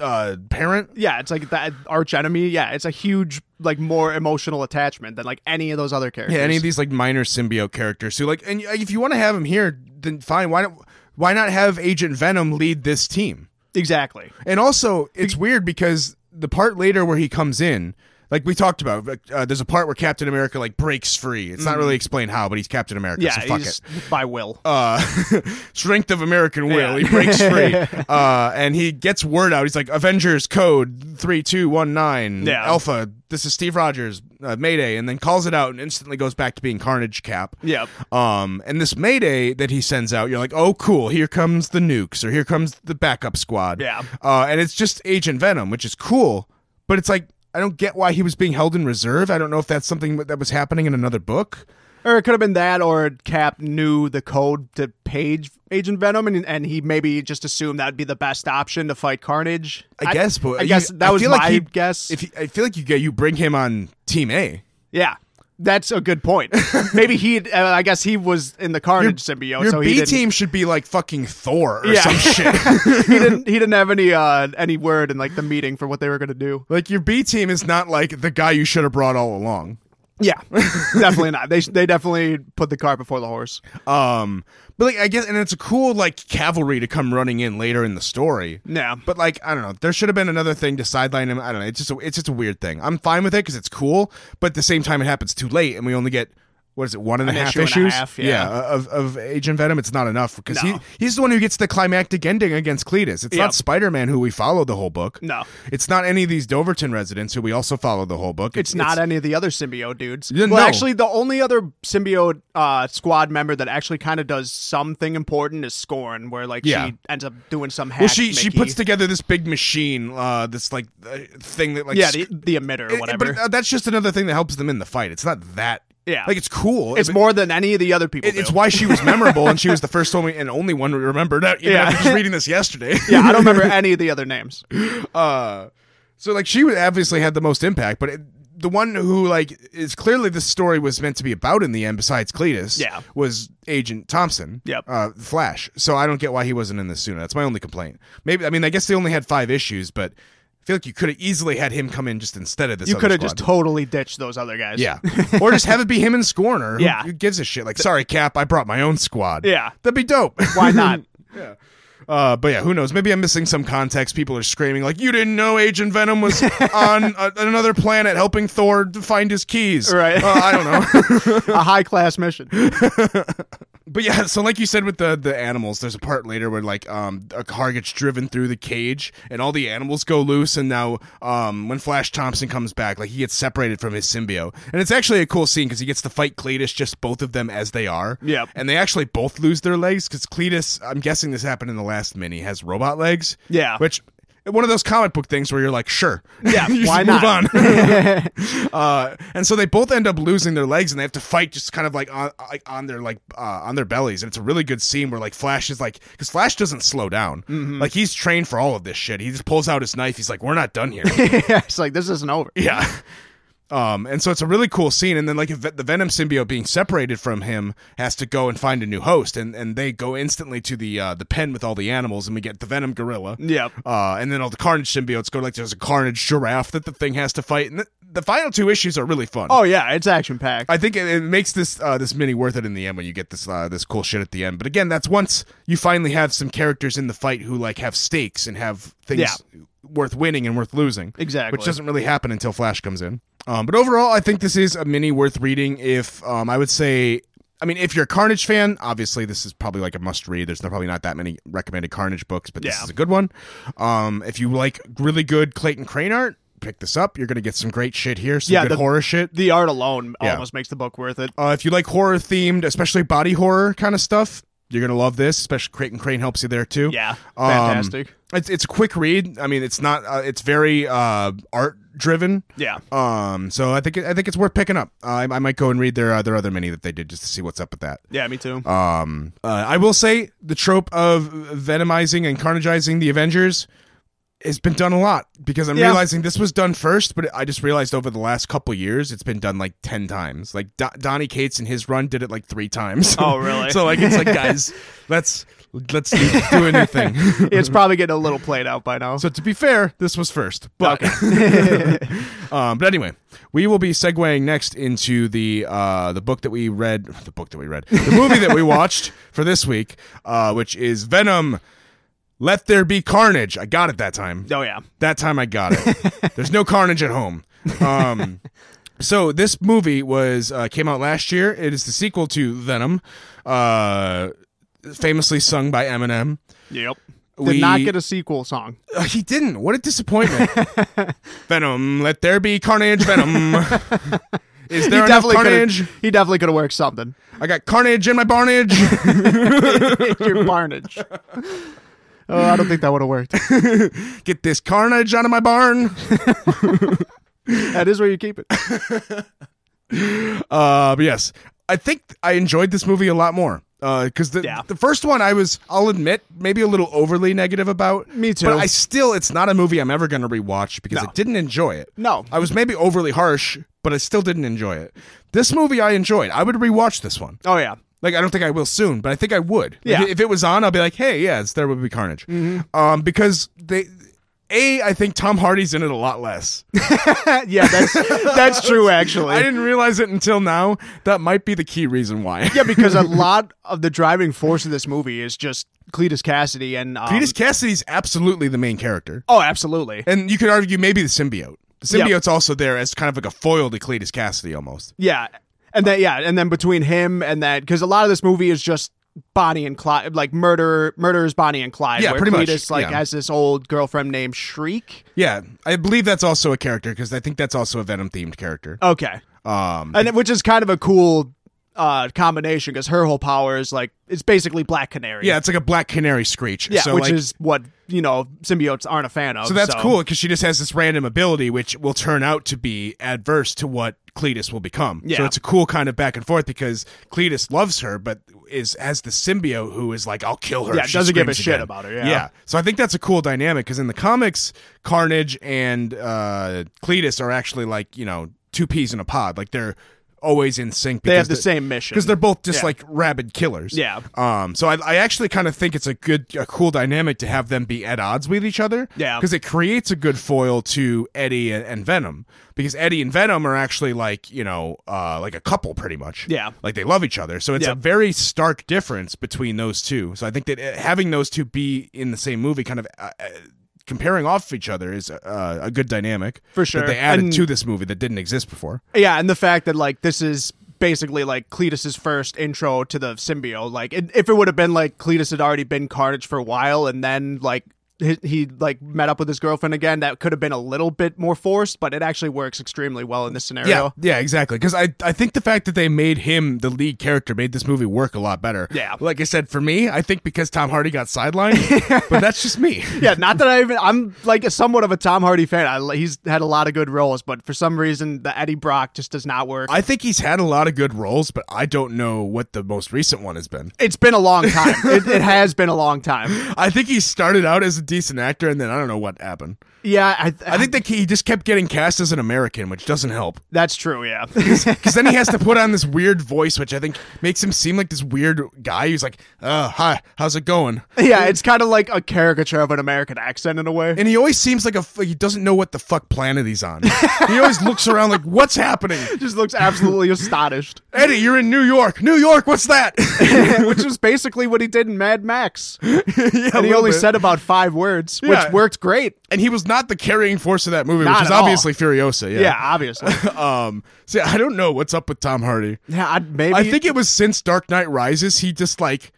S1: uh, parent.
S2: yeah, it's like that arch enemy. Yeah, it's a huge, like, more emotional attachment than like any of those other characters.
S1: Yeah, any of these like minor symbiote characters who like, and uh, if you want to have him here, then fine. Why don't why not have Agent Venom lead this team?
S2: exactly.
S1: And also, it's weird because the part later where he comes in, like we talked about, like, uh, there's a part where Captain America like breaks free. It's not really explained how, but Mm-hmm. he's Captain America,
S2: Yeah,
S1: so fuck
S2: he's
S1: it.
S2: by will.
S1: Uh, [LAUGHS] strength of American will.
S2: Yeah.
S1: He breaks
S2: [LAUGHS]
S1: free, uh, and he gets word out. He's like Avengers code three two one nine
S2: Yeah.
S1: Alpha. This is Steve Rogers uh, Mayday, and then calls it out and instantly goes back to being Carnage Cap.
S2: yeah,
S1: Um, and this Mayday that he sends out, you're like, oh, cool, here comes the nukes, or here comes the backup squad.
S2: Yeah.
S1: Uh, and it's just Agent Venom, which is cool, but it's like, I don't get why he was being held in reserve. I don't know if that's something that was happening in another book.
S2: or it could have been that, or Cap knew the code to page Agent Venom, and and he maybe just assumed that'd be the best option to fight Carnage.
S1: I, guess, but
S2: I
S1: you-
S2: guess that
S1: I
S2: was
S1: feel
S2: my
S1: like he-
S2: guess.
S1: If he, I feel like you get you bring him on Team A.
S2: yeah. That's a good
S1: [LAUGHS]
S2: point. Maybe he, uh, I guess he was in the Carnage symbiote,
S1: Your
S2: so he
S1: B
S2: didn't.
S1: team should be like fucking Thor or
S2: Yeah.
S1: some shit.
S2: [LAUGHS] he didn't. He didn't have any uh any word in like the meeting for what they were gonna do.
S1: like your B team is not like the guy you should have brought all along.
S2: Yeah, [LAUGHS] definitely not. They they definitely put the cart before the horse.
S1: Um, but like I guess, and it's a cool like cavalry to come running in later in the story.
S2: Yeah,
S1: But like I don't know, there should have been another thing to sideline him. I don't know. It's just a, it's just a weird thing. I'm fine with it because it's cool, but at the same time, it happens too late, and we only get what is it one and a
S2: An
S1: half
S2: issue and a
S1: issues?
S2: half, yeah.
S1: of of Agent Venom. It's not enough because he
S2: No.
S1: he's the one who gets the climactic ending against Cletus. It's
S2: Yep.
S1: not Spider Man who we follow the whole book.
S2: No.
S1: it's not any of these Doverton residents who we also follow the whole book.
S2: it's, not any of the other symbiote dudes.
S1: Yeah,
S2: well,
S1: no.
S2: actually, the only other symbiote uh, squad member that actually kind of does something important is Scorn, where like
S1: Yeah.
S2: she ends up doing some hack.
S1: Well, she she
S2: Mickey.
S1: puts together this big machine, uh, this like uh, thing that like
S2: yeah
S1: sc-
S2: the, the emitter or
S1: It- it-
S2: whatever.
S1: But uh, that's just another thing that helps them in the fight. It's not that.
S2: Yeah.
S1: Like it's cool.
S2: it's
S1: It-
S2: more than any of the other people.
S1: it- it's
S2: do.
S1: why she was memorable and she
S2: [LAUGHS]
S1: was the first only and only one we remembered. uh, Even
S2: Yeah.
S1: after just reading this yesterday.
S2: [LAUGHS] yeah, I don't
S1: [LAUGHS]
S2: remember any of the other names.
S1: Uh, so like she would obviously had the most impact, but it, the one who like is clearly the story was meant to be about in the end, besides Cletus,
S2: Yeah.
S1: was Agent Thompson,
S2: Yep.
S1: uh, Flash. So I don't get why he wasn't in this sooner. That's my only complaint. Maybe I mean I guess they only had five issues, but I feel like you could have easily had him come in just instead of this.
S2: You
S1: other
S2: could have
S1: squad.
S2: just totally ditched those other guys. [LAUGHS]
S1: Yeah. or just have it be him and Scorner. Who,
S2: Yeah.
S1: Who gives a shit? Like, sorry, Cap, I brought my own squad.
S2: Yeah.
S1: [LAUGHS] That'd be dope.
S2: why not?
S1: yeah. Uh, but yeah, who knows? Maybe I'm missing some context. People are screaming like, "You didn't know Agent Venom was on a, another planet helping Thor to find his keys."
S2: Right.
S1: Uh, I don't know.
S2: a high class mission. [LAUGHS]
S1: but yeah, [LAUGHS] so like you said with the the animals, there's a part later where like um a car gets driven through the cage and all the animals go loose and now um when Flash Thompson comes back, like he gets separated from his symbiote. And it's actually a cool scene cuz he gets to fight Cletus just both of them as they are.
S2: Yep.
S1: And they actually both lose their legs cuz Cletus, I'm guessing this happened in the last mini, has robot legs.
S2: Yeah.
S1: Which one of those comic book things where you're like, sure, [LAUGHS]
S2: Yeah,
S1: You
S2: why
S1: should
S2: not?
S1: Move on.
S2: [LAUGHS]
S1: [LAUGHS] Uh, and so they both end up losing their legs, and they have to fight just kind of like on like on their like uh, on their bellies. And it's a really good scene where like Flash is like, because Flash doesn't slow down.
S2: Mm-hmm.
S1: Like he's trained for all of this shit. He just pulls out his knife. He's like, we're not
S2: [LAUGHS]
S1: done here.
S2: it's like this isn't over.
S1: yeah. Um, and so it's a really cool scene, and then like if the Venom symbiote being separated from him has to go and find a new host, and, and they go instantly to the uh, the pen with all the animals, and we get the Venom gorilla,
S2: Yep.
S1: uh, and then all the Carnage symbiotes go like there's a Carnage giraffe that the thing has to fight, and th- the final two issues are really fun.
S2: Oh yeah, it's action packed.
S1: I think it, it makes this uh, this mini worth it in the end when you get this uh, this cool shit at the end. But again, that's once you finally have some characters in the fight who like have stakes and have things
S2: Yeah.
S1: worth winning and worth losing,
S2: Exactly.
S1: which doesn't really happen until Flash comes in. Um, but overall, I think this is a mini worth reading. If um, I would say. I mean, if you're a Carnage fan, obviously this is probably like a must read. There's probably not that many recommended Carnage books, but this
S2: Yeah.
S1: is a good one. Um, if you like really good Clayton Crane art, pick this up. You're going to get some great shit here, some
S2: Yeah,
S1: good
S2: the-
S1: horror shit.
S2: the art alone
S1: Yeah.
S2: almost makes the book worth it.
S1: Uh, if you like horror themed, especially body horror kind of stuff, you're gonna love this. Especially Creighton Crane helps you there too.
S2: Yeah,
S1: Um,
S2: fantastic.
S1: It's it's a quick read. I mean, it's not. Uh, it's very uh, art driven.
S2: yeah,
S1: Um, so I think I think it's worth picking up. Uh, I, I might go and read their uh, their other mini that they did just to see what's up with that.
S2: yeah, me too.
S1: Um, uh, I will say the trope of venomizing and carnageizing the Avengers has been done a lot because I'm
S2: Yeah.
S1: realizing this was done first, but I just realized over the last couple years it's been done like ten times. Like Do- Donnie Cates in his run did it like three times.
S2: Oh,
S1: [LAUGHS]
S2: really?
S1: so like it's like
S2: [LAUGHS]
S1: guys, let's let's do, do a new thing.
S2: it's probably getting a little played out by now.
S1: so to be fair, this was first, but [LAUGHS] um, but anyway, we will be segueing next into the uh, the book that we read, [LAUGHS] the book that we read, the movie that we watched for this week, uh, which is Venom. Let there be carnage. I got it that time.
S2: oh yeah,
S1: That time I got it. There's no carnage at home. Um, so this movie was uh, came out last year. It is the sequel to Venom, uh, famously sung by Eminem.
S2: yep. Did
S1: We-
S2: not get a sequel song.
S1: Uh, he didn't. What a
S2: [LAUGHS]
S1: disappointment. Venom, let there be carnage.
S2: [LAUGHS]
S1: Venom. Is there
S2: he
S1: enough
S2: definitely
S1: carnage?
S2: could. He definitely could have
S1: [LAUGHS]
S2: worked something.
S1: I got carnage in my barnage.
S2: [LAUGHS] Your Barnage. Oh, I don't think that would have worked.
S1: Get this carnage out of my barn.
S2: That is where you keep it.
S1: Uh, but yes, I think I enjoyed this movie a lot more. Because the
S2: Yeah.
S1: the first one, I was, I'll admit, maybe a little overly negative about.
S2: Me too.
S1: But I still, it's not a movie I'm ever going to rewatch because
S2: No.
S1: I didn't enjoy it.
S2: No.
S1: I was maybe overly harsh, but I still didn't enjoy it. This movie I enjoyed. I would rewatch this one.
S2: Oh yeah.
S1: Like I don't think I will soon, but I think I would. Like,
S2: Yeah. Mm-hmm.
S1: if it was on, I'll be like, hey, yeah, it's there would be carnage. Um, because they, a, I think Tom Hardy's in it a lot less.
S2: Uh,
S1: [LAUGHS]
S2: yeah, that's that's true actually.
S1: I didn't realize it until now. That might be the key reason why. [LAUGHS]
S2: yeah, because a lot of the driving force of this movie is just Cletus Cassidy and um,
S1: Cletus Cassidy's absolutely the main character,
S2: Oh, absolutely.
S1: and you could argue maybe the symbiote. The
S2: Yep.
S1: symbiote's also there as kind of like a foil to Cletus Cassidy almost.
S2: Yeah, and then yeah, and then between him and that, because a lot of this movie is just Bonnie and Clyde, like murder, murders Bonnie and Clyde.
S1: Yeah,
S2: where
S1: pretty much,
S2: Cletus, like
S1: yeah.
S2: has this old girlfriend named Shriek.
S1: Yeah, I believe that's also a character because I think that's also a Venom themed character.
S2: Okay,
S1: Um,
S2: and it- which is kind of a cool uh combination because her whole power is like it's basically Black Canary.
S1: yeah, it's like a Black Canary screech.
S2: yeah,
S1: so
S2: which
S1: like,
S2: is what you know symbiotes aren't a fan of.
S1: So that's cool because she just has this random ability, which will turn out to be adverse to what Cletus will become. So
S2: Yeah.
S1: it's a cool kind of back and forth because Cletus loves her, but is has the symbiote who is like, "I'll kill her."
S2: Yeah,
S1: if she
S2: doesn't give a
S1: screams
S2: shit
S1: again."
S2: about her, yeah.
S1: So I think that's a cool dynamic because in the comics, Carnage and uh, Cletus are actually like you know two peas in a pod. Like they're always in sync.
S2: They have the
S1: same
S2: same mission.
S1: because they're both just
S2: Yeah.
S1: like rabid killers.
S2: Yeah.
S1: Um. So I, I actually kind of think it's a good, a cool dynamic to have them be at odds with each other.
S2: Yeah.
S1: Because it creates a good foil to Eddie and, and Venom because Eddie and Venom are actually like you know, uh, like a couple pretty much.
S2: Yeah.
S1: Like they love each other. So it's
S2: Yeah.
S1: a very stark difference between those two. So I think that uh, having those two be in the same movie, kind of. Uh, uh, Comparing off of each other is uh, a good dynamic
S2: For sure.
S1: that they added
S2: And-
S1: to this movie that didn't exist before.
S2: Yeah, and the fact that like this is basically like Cletus's first intro to the symbiote. Like, it, if it would have been like Cletus had already been Carnage for a while, and then like he, he like met up with his girlfriend again, that could have been a little bit more forced. But it actually works extremely well in this scenario.
S1: Yeah, yeah, exactly. Because I, I think the fact that they made him the lead character made this movie work a lot better.
S2: Yeah.
S1: Like I said, for me, I think because Tom Hardy got sidelined, but that's just me.
S2: Yeah, not that I even I'm like somewhat of a Tom Hardy fan. I, he's had a lot of good roles, but for some reason the Eddie Brock just does not work.
S1: I think he's had a lot of good roles, but I don't know what the most recent one has been.
S2: it's been a long time. it, it has been a long time.
S1: [LAUGHS] I think he started out as a decent actor, and then I don't know what happened.
S2: Yeah, I,
S1: I think that he just kept getting cast as an American, which doesn't help.
S2: that's true.
S1: [LAUGHS]
S2: Yeah,
S1: Because then he has to put on this weird voice, which I think makes him seem like this weird guy who's like, uh, hi, how's it going?
S2: [LAUGHS] yeah. It's kind of like a caricature of an American accent in a way.
S1: and he always seems like a f- he doesn't know what the fuck planet he's on. he always looks around like, "What's happening?"
S2: just
S1: [LAUGHS]
S2: looks absolutely astonished,
S1: Eddie, you're in New York. New York, what's that? [LAUGHS]
S2: which was basically what he did in Mad Max. and he
S1: little
S2: only
S1: bit.
S2: said about five words,
S1: Yeah.
S2: which worked great.
S1: and he was not the carrying force of that movie,
S2: Not
S1: which is
S2: at all.
S1: obviously Furiosa.
S2: Yeah,
S1: Yeah. [LAUGHS]
S2: obviously.
S1: Um. So I don't know what's up with Tom Hardy.
S2: yeah, I'd, maybe
S1: I think it was since Dark Knight Rises, he just like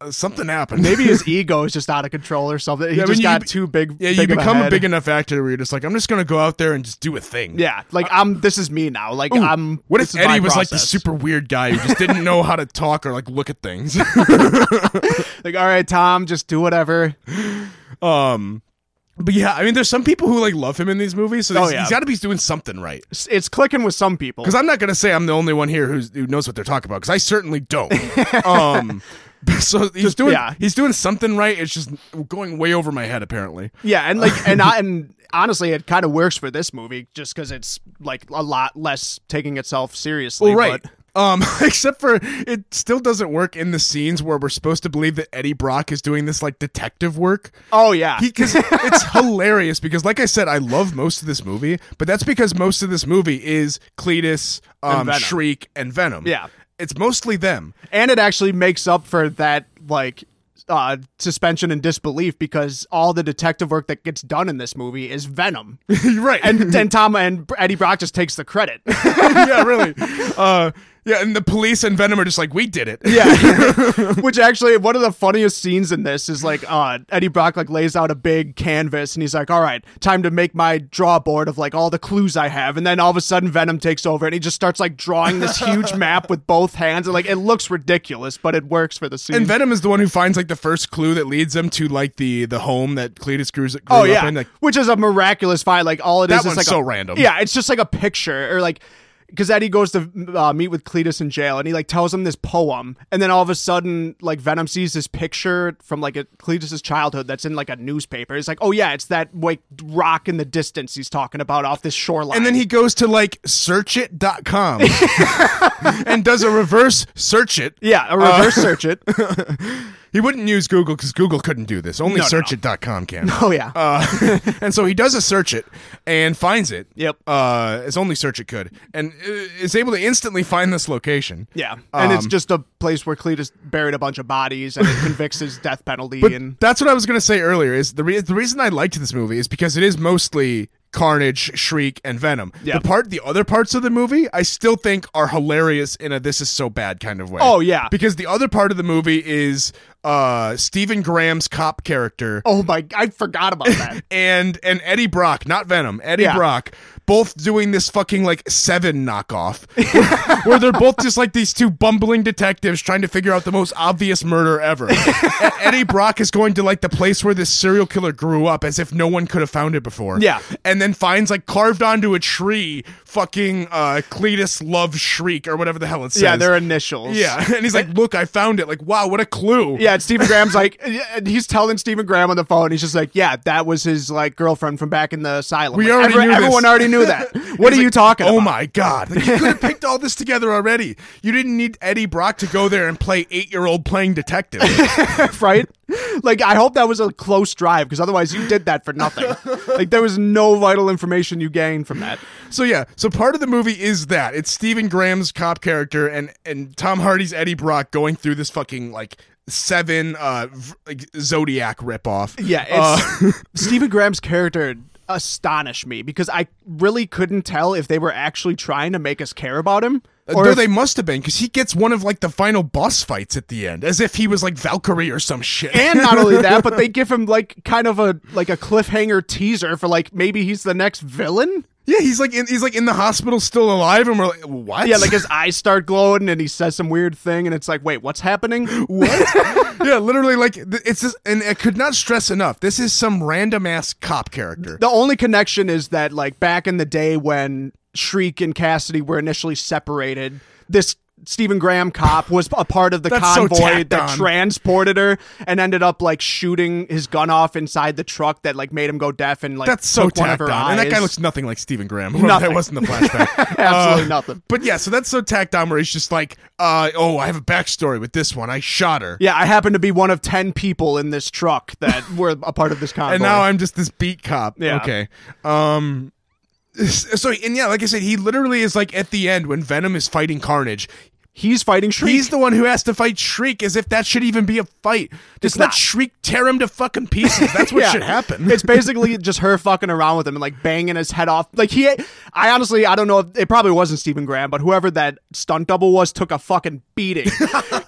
S1: uh, something happened.
S2: maybe his ego is just out of control or something. He
S1: I mean,
S2: just
S1: you
S2: got
S1: be-
S2: too big.
S1: [LAUGHS] yeah,
S2: big
S1: you
S2: of
S1: become a,
S2: head.
S1: big enough actor where you're just like, I'm just gonna go out there and just do a thing.
S2: Yeah, like I'm. This is me now. Like I'm.
S1: Uh, What
S2: this
S1: if
S2: is my
S1: Eddie was like the
S2: process.
S1: super weird guy who just didn't know how to talk or like look at things? [LAUGHS]
S2: Like, all right, Tom, just do whatever.
S1: Um, but yeah, I mean, there's some people who like love him in these movies, so
S2: Oh,
S1: he's,
S2: yeah.
S1: he's got to be doing something right.
S2: It's, it's clicking with some people.
S1: Because I'm not gonna say I'm the only one here who's, who knows what they're talking about. Because I certainly don't.
S2: [LAUGHS]
S1: um, [LAUGHS] so he's doing
S2: yeah.
S1: he's doing something right. It's just going way over my head apparently.
S2: Yeah, and like, and I, and honestly, it kind of works for this movie just because it's like a lot less taking itself seriously.
S1: right.
S2: but-
S1: Um, [LAUGHS] except for it still doesn't work in the scenes where we're supposed to believe that Eddie Brock is doing this like detective work.
S2: oh yeah.
S1: because it's hilarious because like i said i love most of this movie but that's because most of this movie is cletus um,
S2: Venom.
S1: shriek and venom
S2: Yeah.
S1: it's mostly them
S2: and it actually makes up for that like uh suspension and disbelief because all the detective work that gets done in this movie is venom
S1: You're right
S2: and and tom and eddie brock just takes the credit
S1: yeah
S2: [LAUGHS]
S1: really uh, yeah and the police and venom are just like we did it
S2: yeah [LAUGHS] which actually one of the funniest scenes in this is like uh eddie brock like lays out a big canvas and he's like all right time to make my draw board of like all the clues i have and then all of a sudden venom takes over and he just starts like drawing this huge map with both hands and like it looks ridiculous but it works for the scene
S1: and venom is the one who finds like the first clue that leads them to like the the home that cletus grew, grew
S2: Oh
S1: up
S2: yeah,
S1: in like
S2: which is a miraculous find. Like all it is
S1: That
S2: is
S1: one's
S2: like
S1: so
S2: a-
S1: random.
S2: Yeah, it's just like a picture or like because Eddie goes to uh, meet with Cletus in jail, and he like tells him this poem, and then all of a sudden, like Venom sees this picture from like a, Cletus's childhood that's in like a newspaper. It's like, oh yeah, it's that like rock in the distance he's talking about off this shoreline.
S1: and then he goes to like
S2: [LAUGHS]
S1: searchit.com and does a reverse search it
S2: yeah, a reverse
S1: [LAUGHS]
S2: search it.
S1: he wouldn't use google because google couldn't do this only
S2: No, no, no.
S1: searchit.com can
S2: Oh yeah,
S1: Uh, [LAUGHS] and so he does a search it and finds it.
S2: Yep.
S1: Uh, as only search it could, and uh, is able to instantly find this location.
S2: yeah, and it's
S1: um,
S2: just a place where Cletus buried a bunch of bodies and it convicts his death penalty. and
S1: That's what I was gonna say earlier. Is the re- the reason I liked this movie is because it is mostly Carnage, Shriek, and Venom.
S2: Yep.
S1: The part, the other parts of the movie, I still think are hilarious in a this is so bad kind of way.
S2: Oh, yeah.
S1: Because the other part of the movie is uh Stephen Graham's cop character
S2: oh my, I forgot
S1: [LAUGHS]
S2: about that.
S1: and and Eddie Brock, not Venom, Eddie
S2: Yeah.
S1: Brock, both doing this fucking like seven knockoff, where, where they're both just like these two bumbling detectives trying to figure out the most obvious murder ever. E- Eddie Brock is going to like the place where this serial killer grew up, as if no one could have found it before.
S2: Yeah.
S1: and then finds like carved onto a tree, fucking uh, Cletus Love Shriek or whatever the hell it says.
S2: yeah, their initials.
S1: yeah, [LAUGHS] and he's like, "Look, I found it! Like, wow, what a clue!"
S2: Yeah, and Stephen Graham's like, [LAUGHS] and he's telling Stephen Graham on the phone. He's just like, yeah, that was his like girlfriend from back in the asylum.
S1: We
S2: Like,
S1: already knew this.
S2: everyone already knew
S1: [LAUGHS]
S2: do that? What are
S1: He's
S2: you
S1: like,
S2: talking
S1: Oh
S2: about?
S1: my god! Like, you could have picked all this together already. You didn't need Eddie Brock to go there and play eight-year-old playing
S2: [LAUGHS]
S1: detective.
S2: right? Like, I hope that was a close drive because otherwise you did that for nothing.
S1: [LAUGHS]
S2: like, there was no vital information you gained from that.
S1: so yeah, so part of the movie is that it's Stephen Graham's cop character and and Tom Hardy's Eddie Brock going through this fucking like seven uh v- like, Zodiac ripoff.
S2: Yeah, it's, Uh, [LAUGHS]
S1: [LAUGHS]
S2: Stephen Graham's character astonished me because I really couldn't tell if they were actually trying to make us care about him. Or
S1: Though
S2: if-
S1: they must have been, because he gets one of like the final boss fights at the end, as if he was like Valkyrie or some shit.
S2: and not only that, but they give him like kind of a like a cliffhanger teaser for like maybe he's the next villain.
S1: yeah, he's like in, he's like in the hospital still alive, and we're like, what?
S2: Yeah, like his eyes start glowing and he says some weird thing and it's like, wait, what's happening?
S1: what? [LAUGHS] yeah, literally, like th- it's just, and I could not stress enough. This is some random ass cop character.
S2: The only connection is that like back in the day when Shriek and Cassidy were initially separated, this Stephen Graham cop was a part of the
S1: That's so
S2: convoy
S1: tacked
S2: that
S1: on.
S2: transported her and ended up like shooting his gun off inside the truck that like made him go deaf and like
S1: That's so
S2: took one of
S1: tacked
S2: her
S1: on, and that guy
S2: eyes.
S1: looks nothing like Stephen Graham. [LAUGHS]
S2: Nothing.
S1: that wasn't the
S2: [LAUGHS]
S1: flashback.
S2: absolutely
S1: Uh,
S2: nothing.
S1: But yeah, so that's so tacked on where he's just like, uh, oh, I have a backstory with this one. I shot her.
S2: Yeah, I happen to be one of ten people in this truck
S1: [LAUGHS]
S2: that were a part of this convoy.
S1: and now I'm just this beat cop.
S2: Yeah.
S1: Okay. Um. So and yeah, like I said, he literally is like at the end when Venom is fighting Carnage.
S2: he's fighting Shriek.
S1: He's the one who has to fight Shriek, as if that should even be a fight. Just
S2: It's
S1: let
S2: not.
S1: Shriek tear him to fucking pieces. That's what
S2: [LAUGHS] Yeah.
S1: should happen.
S2: It's basically [LAUGHS] just her fucking around with him and like banging his head off. Like he, I honestly, I don't know. if It probably wasn't Stephen Graham, but whoever that stunt double was took a fucking
S1: [LAUGHS]
S2: beating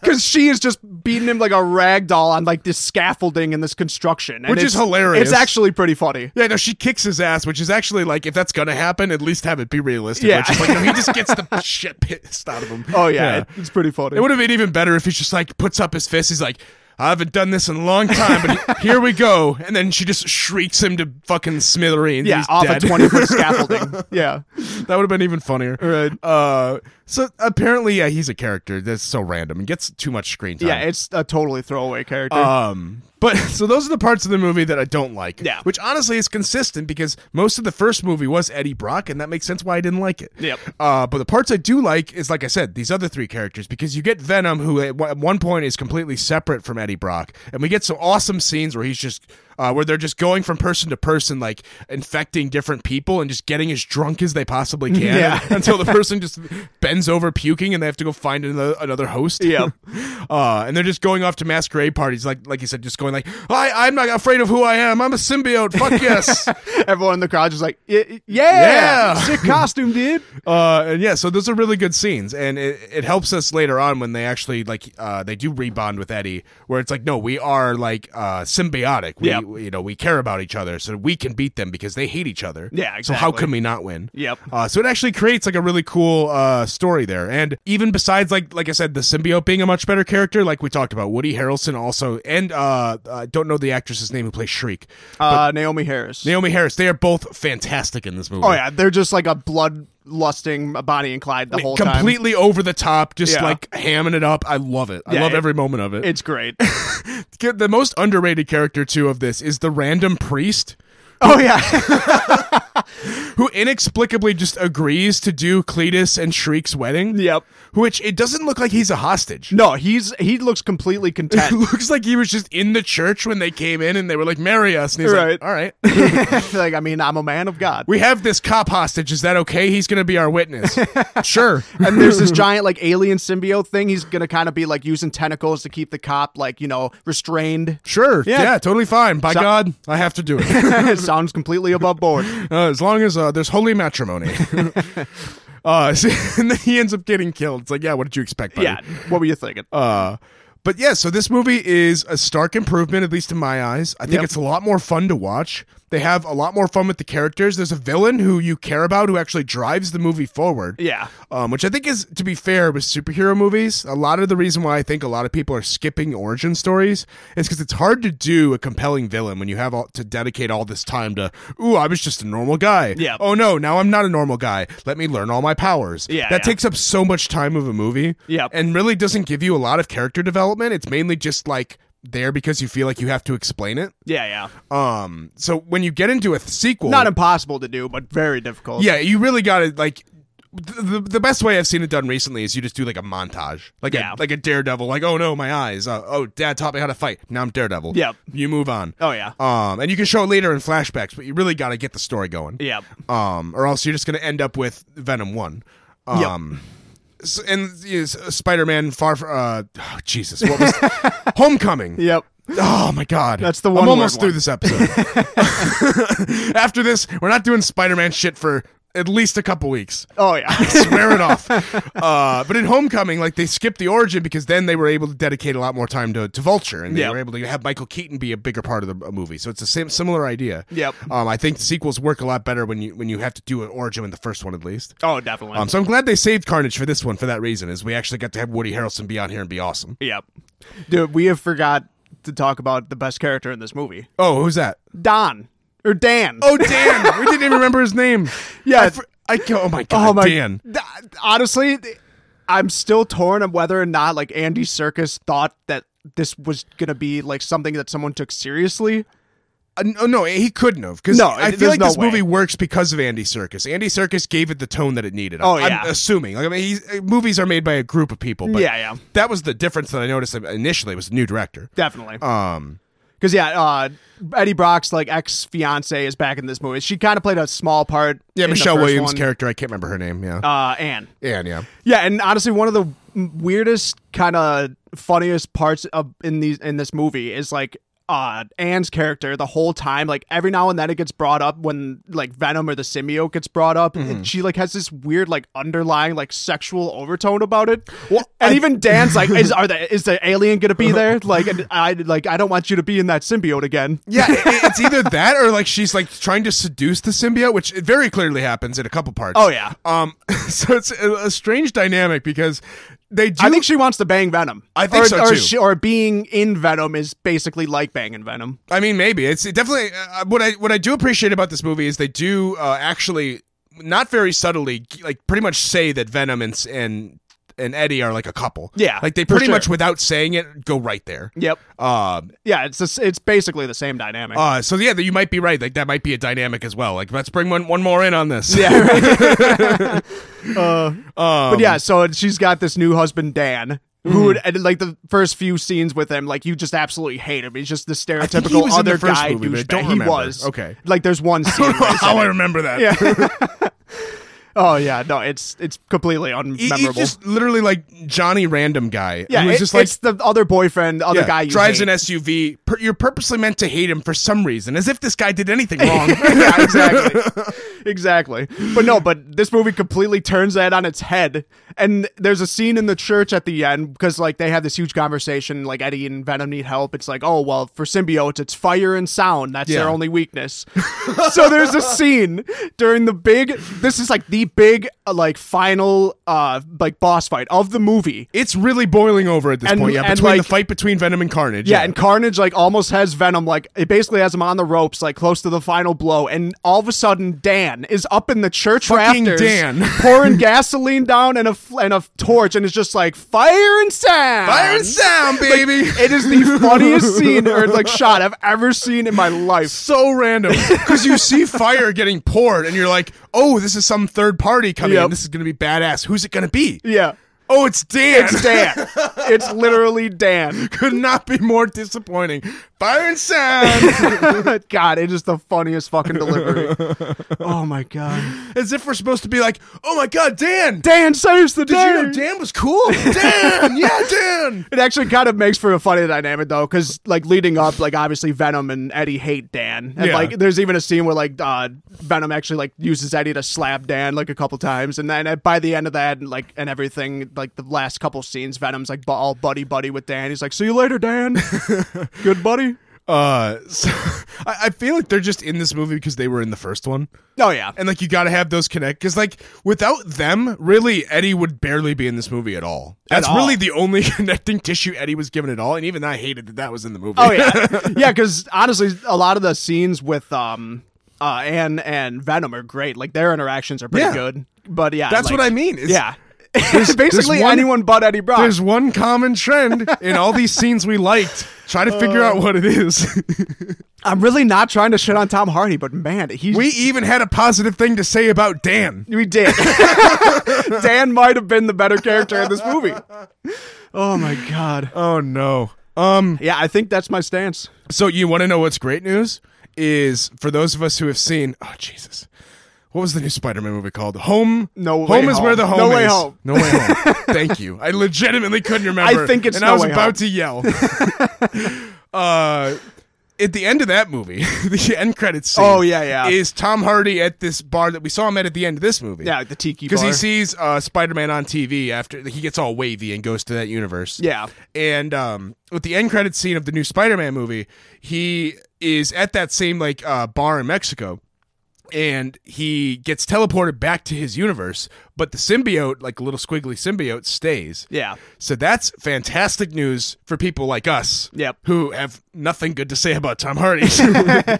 S2: because she is just beating him like a rag doll on like this scaffolding and this construction, and
S1: Which is
S2: it's-
S1: hilarious.
S2: It's actually pretty funny.
S1: Yeah, no, she kicks his ass, which is actually like if that's gonna happen, at least have it be realistic.
S2: Yeah.
S1: which is like no, he just gets the [LAUGHS] shit pissed out of him.
S2: Oh yeah, it- it's pretty funny.
S1: It would have been even better if he just like puts up his fist. He's like, I haven't done this in a long time, but he- here we go. And then she just shrieks him to fucking smithereens.
S2: yeah,
S1: He's
S2: off
S1: dead.
S2: a twenty foot scaffolding. Yeah,
S1: [LAUGHS] that would have been even funnier.
S2: Right.
S1: Uh, so apparently, yeah, he's a character that's so random and gets too much screen time.
S2: yeah, it's a totally throwaway character.
S1: Um, but [LAUGHS] so those are the parts of the movie that I don't like.
S2: Yeah.
S1: Which honestly is consistent because most of the first movie was Eddie Brock, and that makes sense why I didn't like it.
S2: Yep.
S1: Uh, but the parts I do like is, like I said, these other three characters because you get Venom, who at one- at one point is completely separate from Eddie Brock, and we get some awesome scenes where he's just. Uh, where they're just going from person to person, like infecting different people and just getting as drunk as they possibly can
S2: [LAUGHS] Yeah.
S1: [LAUGHS] until the person just bends over puking and they have to go find another, another host.
S2: Yep.
S1: [LAUGHS] Uh, and they're just going off to masquerade parties, like like you said, just going like, I I'm not afraid of who I am. I'm a symbiote. Fuck yes.
S2: [LAUGHS] Everyone in the crowd is like, "Y- y- yeah,
S1: Yeah.
S2: sick
S1: [LAUGHS]
S2: costume, dude.
S1: uh, and yeah, so those are really good scenes, and it, it helps us later on when they actually like uh, they do rebond with Eddie, where it's like, no, we are like uh, symbiotic. We
S2: Yep.
S1: you know we care about each other, so we can beat them because they hate each other.
S2: Yeah,
S1: So how
S2: exactly.
S1: can we not win?
S2: Yep.
S1: Uh, so it actually creates like a really cool uh, story there, and even besides like like I said, the symbiote being a much better character, like we talked about, Woody Harrelson also, and uh, I don't know the actress's name who plays Shriek,
S2: Uh, Naomi Harris.
S1: Naomi Harris. They are both fantastic in this movie.
S2: Oh yeah, they're just like a bloodlusting Bonnie and Clyde the whole time.
S1: completely over the top, just
S2: Yeah.
S1: like hamming it up. I love it. I
S2: Yeah,
S1: love
S2: it-
S1: every moment of it. [LAUGHS]
S2: It's great.
S1: Get- the most underrated character too of this is the random priest
S2: oh yeah, [LAUGHS]
S1: who inexplicably just agrees to do Cletus and Shriek's wedding.
S2: Yep.
S1: Which it doesn't look like he's a
S2: [LAUGHS]
S1: hostage.
S2: no, he's he looks completely
S1: It [LAUGHS]
S2: content. [LAUGHS]
S1: looks like he was just in the church when they came in and they were like, marry us. And he's
S2: Right.
S1: like, all right.
S2: like I mean, I'm a man of God.
S1: We have this cop hostage. Is that okay? He's going to be our witness.
S2: [LAUGHS]
S1: sure.
S2: And there's this giant like alien symbiote thing. He's gonna kind of be like using tentacles to keep the cop like you know restrained. [LAUGHS]
S1: Sure.
S2: Yeah.
S1: Yeah. totally fine. By
S2: So-
S1: God, I have to do it.
S2: Sounds completely above
S1: [LAUGHS]
S2: board.
S1: Uh, as long as uh, there's holy
S2: [LAUGHS]
S1: matrimony. uh, [LAUGHS] so- and then he ends up getting killed. It's like, yeah, what did you expect, buddy?
S2: Yeah, what were you thinking?
S1: Uh, but yeah, so this movie is a stark improvement, at least in my eyes. I think
S2: Yep.
S1: it's a lot more fun to watch. They have a lot more fun with the characters. There's a villain who you care about who actually drives the movie forward.
S2: yeah,
S1: Um, which I think is, to be fair, with superhero movies, a lot of the reason why I think a lot of people are skipping origin stories is because it's hard to do a compelling villain when you have all, to dedicate all this time to, ooh, I was just a normal guy.
S2: Yeah.
S1: Oh no, now I'm not a normal guy. Let me learn all my powers.
S2: Yeah,
S1: That
S2: yeah.
S1: takes up so much time of a movie.
S2: Yep.
S1: And really doesn't give you a lot of character development. It's mainly just like there because you feel like you have to explain it.
S2: Yeah, yeah.
S1: Um, so when you get into a th- sequel,
S2: Not impossible to do, but very difficult.
S1: yeah, you really got to like. The, the best way I've seen it done recently is you just do like a montage, like
S2: Yeah.
S1: a like a daredevil, like oh no my eyes, uh, oh dad taught me how to fight, now I'm daredevil.
S2: Yep.
S1: you move on.
S2: Oh yeah.
S1: Um, and you can show it later in flashbacks, but you really got to get the story going.
S2: Yeah.
S1: Um, or else you're just going to end up with Venom One.
S2: Yep.
S1: Um, s- and you know, s- Spider-Man Far. Fr- Uh, oh, Jesus, what
S2: [LAUGHS]
S1: was Homecoming?
S2: Yep.
S1: Oh my God,
S2: That's the one
S1: I'm
S2: word
S1: almost through
S2: one.
S1: this episode. [LAUGHS] After this, we're not doing Spider-Man shit for at least a couple weeks.
S2: Oh yeah.
S1: Swear it off. Uh, but in Homecoming, like they skipped the origin because then they were able to dedicate a lot more time to, to Vulture, and they
S2: Yep.
S1: were able to have Michael Keaton be a bigger part of the uh, movie. So it's a same similar idea.
S2: Yep.
S1: Um, I think sequels work a lot better when you when you have to do an origin in the first one at least.
S2: [LAUGHS] oh, definitely.
S1: Um, so I'm glad they saved Carnage for this one for that reason, is we actually got to have Woody Harrelson be on here and be awesome.
S2: yep. Dude, we have forgot to talk about the best character in this movie,
S1: Oh, who's that?
S2: Don or Dan.
S1: Oh, Dan. we didn't even remember his [LAUGHS] name.
S2: Yeah.
S1: I, fr- I ca- oh my god,
S2: Oh my!
S1: Dan.
S2: Th- honestly, th- I'm still torn on whether or not like Andy Circus thought that this was gonna be like something that someone took seriously.
S1: Uh, no, no, he couldn't have. Because
S2: No,
S1: I feel
S2: there's
S1: like
S2: no
S1: this
S2: way.
S1: movie works because of Andy Circus. Andy Circus gave it the tone that it needed.
S2: Oh,
S1: I'm-
S2: yeah.
S1: I'm assuming. Like, I mean, he's, uh, movies are made by a group of people. But
S2: Yeah, yeah.
S1: That was the difference that I noticed initially was the new director.
S2: Definitely,
S1: Um,
S2: because yeah, uh, Eddie Brock's like ex fiance is back in this movie. She kind of played a small part.
S1: yeah,
S2: in the
S1: Michelle Oh.
S2: first
S1: Williams'
S2: one.
S1: character. I can't remember her name. Yeah,
S2: uh, Anne.
S1: and yeah,
S2: Yeah, and honestly, one of the m- weirdest, kind of funniest parts of in these in this movie is like uh Anne's character the whole time. Like every now and then, it gets brought up when like Venom or the symbiote gets brought up,
S1: Mm-hmm.
S2: and she like has this weird like underlying like sexual overtone about it.
S1: Well,
S2: and
S1: I-
S2: even
S1: [LAUGHS]
S2: Dan's like, "Is are the is the alien gonna be there?" Like, and I like I don't want you to be in that symbiote again.
S1: [LAUGHS] yeah. i- it's either that or like she's like trying to seduce the symbiote, which it very clearly happens in a couple parts.
S2: Oh yeah,
S1: Um, [LAUGHS] so it's a, a strange dynamic because they do.
S2: I think she wants to bang Venom.
S1: I think
S2: or,
S1: so,
S2: or
S1: too.
S2: She, or being in Venom is basically like banging Venom.
S1: I mean, maybe it's it definitely uh, what I what I do appreciate about this movie is they do uh, actually not very subtly g- like pretty much say that Venom and s- and and Eddie are like a couple.
S2: Yeah,
S1: like they
S2: for
S1: pretty
S2: sure.
S1: much without saying it go right there.
S2: Yep.
S1: Um,
S2: Yeah, it's just, it's basically the same dynamic.
S1: [LAUGHS] uh, so yeah, that you might be right. Like that might be a dynamic as well. Like let's bring one one more in on this.
S2: yeah. [LAUGHS] Uh, but
S1: um,
S2: yeah, so she's got this new husband Dan.
S1: Mm-hmm.
S2: Who would and like the first few scenes with him? Like you just absolutely hate him. He's just the
S1: think he
S2: stereotypical
S1: was in the
S2: other
S1: first
S2: guy
S1: movie, but I
S2: douchebag.
S1: don't
S2: he
S1: remember.
S2: was
S1: Okay.
S2: Like there's one scene.
S1: [LAUGHS]
S2: where he's
S1: how [LAUGHS]
S2: in
S1: I
S2: it.
S1: remember that.
S2: Yeah. oh yeah, no, it's it's completely
S1: He-
S2: unmemorable.
S1: he's just literally like Johnny Random guy.
S2: yeah,
S1: who was
S2: it-
S1: just like
S2: it's the other boyfriend, other
S1: Yeah,
S2: guy you
S1: drives
S2: hate.
S1: an SUV. Per- you're purposely meant to hate him for some reason, as if this guy did anything
S2: [LAUGHS]
S1: wrong.
S2: yeah, exactly. [LAUGHS] exactly. But no, but this movie completely turns that on its head. And there's a scene in the church at the end because like they have this huge conversation like Eddie and Venom need help. It's like, "Oh, well, for symbiotes, it's fire and sound. That's their
S1: Yeah.
S2: only [LAUGHS] weakness." so there's a scene during the big this is like the big uh, like final uh like boss fight of the movie.
S1: it's really boiling over at this
S2: And-
S1: point. Yeah,
S2: and,
S1: between
S2: like-
S1: the fight between Venom and Carnage.
S2: Yeah, and Carnage like almost has Venom like it basically has him on the ropes like close to the final blow, and all of a sudden Dan is up in the church
S1: Fucking
S2: rafters,
S1: Dan. [LAUGHS]
S2: pouring gasoline down and a fl- and a torch, and it's just like fire and sound,
S1: fire and sound, baby.
S2: It
S1: [LAUGHS]
S2: is the [LAUGHS] funniest scene or like shot I've ever seen in my life.
S1: so random because you see fire getting poured, and you're like, "Oh, this is some third party coming
S2: Yep.
S1: in. This is gonna be badass. Who's it gonna be?
S2: Yeah,
S1: Oh, it's Dan.
S2: it's Dan. it's literally
S1: [LAUGHS]
S2: Dan. [LAUGHS]
S1: Could not be more disappointing. Fire and sound. [LAUGHS]
S2: God, it is the funniest fucking delivery. Oh my god,
S1: as if we're supposed to be like, "Oh my god, Dan."
S2: Dan saves the
S1: Did
S2: day.
S1: you know Dan was [LAUGHS] cool? Dan, yeah, Dan.
S2: It actually kind of makes for a funny dynamic though, because like leading up, like obviously Venom and Eddie hate Dan, and
S1: Yeah.
S2: like there's even a scene where like uh, Venom actually like uses Eddie to slap Dan like a couple times, and then uh, by the end of that, and, like and everything, like the last couple scenes, Venom's like bu- all buddy buddy with Dan. He's like, "See you later, Dan.
S1: [LAUGHS]
S2: Good buddy."
S1: Uh, so [LAUGHS] I, I feel like they're just in this movie because they were in the first one,
S2: Oh yeah,
S1: and like you got to have those connect because like without them, really Eddie would barely be in this movie at all. That's
S2: all.
S1: really the only [LAUGHS] connecting tissue Eddie was given at all, and even I hated that that was in the movie.
S2: oh yeah, yeah. Because honestly, a lot of the scenes with um uh Anne and Venom are great. Like their interactions are pretty
S1: Yeah.
S2: good. But
S1: [LAUGHS]
S2: yeah,
S1: That's what
S2: like-
S1: I mean. It's-
S2: Yeah. Basically [LAUGHS]
S1: one-
S2: anyone but Eddie Brock.
S1: There's one common trend in all these scenes we liked. Try to figure
S2: Uh.
S1: out what it is. [LAUGHS]
S2: I'm really not trying to shit on Tom Hardy, but man, he's
S1: we even had a positive thing to say about Dan.
S2: We [LAUGHS] did. Dan might have been the better character in this movie. Oh my god.
S1: Oh no. Um.
S2: Yeah, I think that's my stance.
S1: So you want to know what's great news is for those of us who have seen. Oh Jesus. What was the new Spider-Man movie called? Home.
S2: No
S1: Home
S2: Way
S1: is
S2: Home.
S1: where the home
S2: No
S1: is.
S2: Way Home.
S1: No way
S2: [LAUGHS]
S1: home. Thank you. I legitimately couldn't remember.
S2: I think it's
S1: and I
S2: No
S1: was
S2: Way
S1: about
S2: Home.
S1: to yell. [LAUGHS] uh, at the end of that movie, [LAUGHS] the end credits. Scene
S2: Oh, yeah, yeah.
S1: Is Tom Hardy at this bar that we saw him at at the end of this movie?
S2: Yeah, like the tiki
S1: because he
S2: bar.
S1: sees uh, Spider-Man on TV after he gets all wavy and goes to that universe.
S2: Yeah.
S1: and um, with the end credit scene of the new Spider-Man movie, he is at that same like uh, bar in Mexico. And he gets teleported back to his universe, but the symbiote, like a little squiggly symbiote, stays.
S2: Yeah.
S1: So that's fantastic news for people like us,
S2: Yep.
S1: who have nothing good to say about Tom
S2: [LAUGHS]
S1: Hardy. [LAUGHS]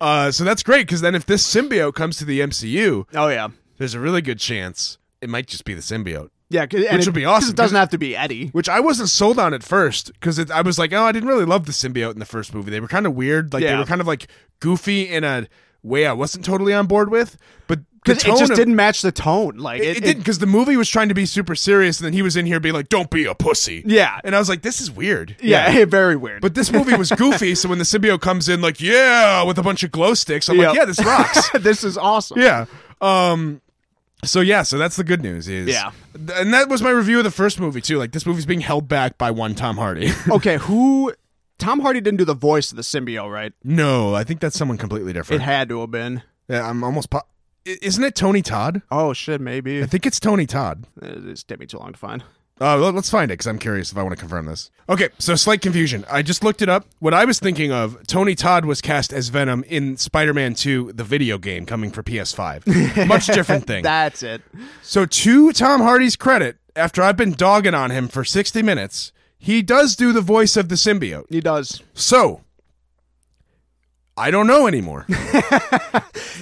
S1: uh, so that's great because then if this symbiote comes to the MCU,
S2: Oh yeah.
S1: there's a really good chance it might just be the symbiote,
S2: Yeah, 'cause- and
S1: Which
S2: it-
S1: would be awesome,
S2: 'cause It doesn't have to be Eddie.
S1: which I wasn't sold on at first because I was like, oh, I didn't really love the symbiote in the first movie. They were kind of weird, like they
S2: Yeah.
S1: were kind of like goofy in a way I wasn't totally on board with. But the
S2: Because it
S1: tone
S2: just
S1: of-
S2: didn't match the tone. Like
S1: It, didn't because the movie was trying to be super serious, and then he was in here being like, "Don't be a pussy."
S2: Yeah.
S1: and I was like, "This is weird."
S2: Yeah, [LAUGHS] very weird.
S1: But this movie was goofy, so when the symbiote comes in, like, yeah, with a bunch of glow sticks, I'm like,
S2: Yep.
S1: yeah, this rocks.
S2: this is awesome.
S1: yeah. Um. So yeah, so that's the good news is
S2: Yeah.
S1: Th- and that was my review of the first movie too. Like this movie's being held back by one Tom Hardy. [LAUGHS]
S2: Okay, who? Tom Hardy didn't do the voice of the symbiote, right?
S1: no, I think that's someone completely
S2: It
S1: different.
S2: had to have been.
S1: Yeah, I'm almost. Po- I- Isn't it Tony Todd?
S2: Oh shit, maybe
S1: I
S2: it
S1: think it's Tony Todd.
S2: Uh, it's taking me too long to find.
S1: Uh, let- let's find it because I'm curious if I want to confirm this. Okay, so slight confusion. I just looked it up. What I was thinking of, Tony Todd was cast as Venom in Spider-Man 2, the video game coming for PS5. Much different thing.
S2: That's it.
S1: so to Tom Hardy's credit, after I've been dogging on him for 60 minutes, he does do the voice of the symbiote.
S2: He does.
S1: So I don't know
S2: [LAUGHS]
S1: anymore.
S2: He's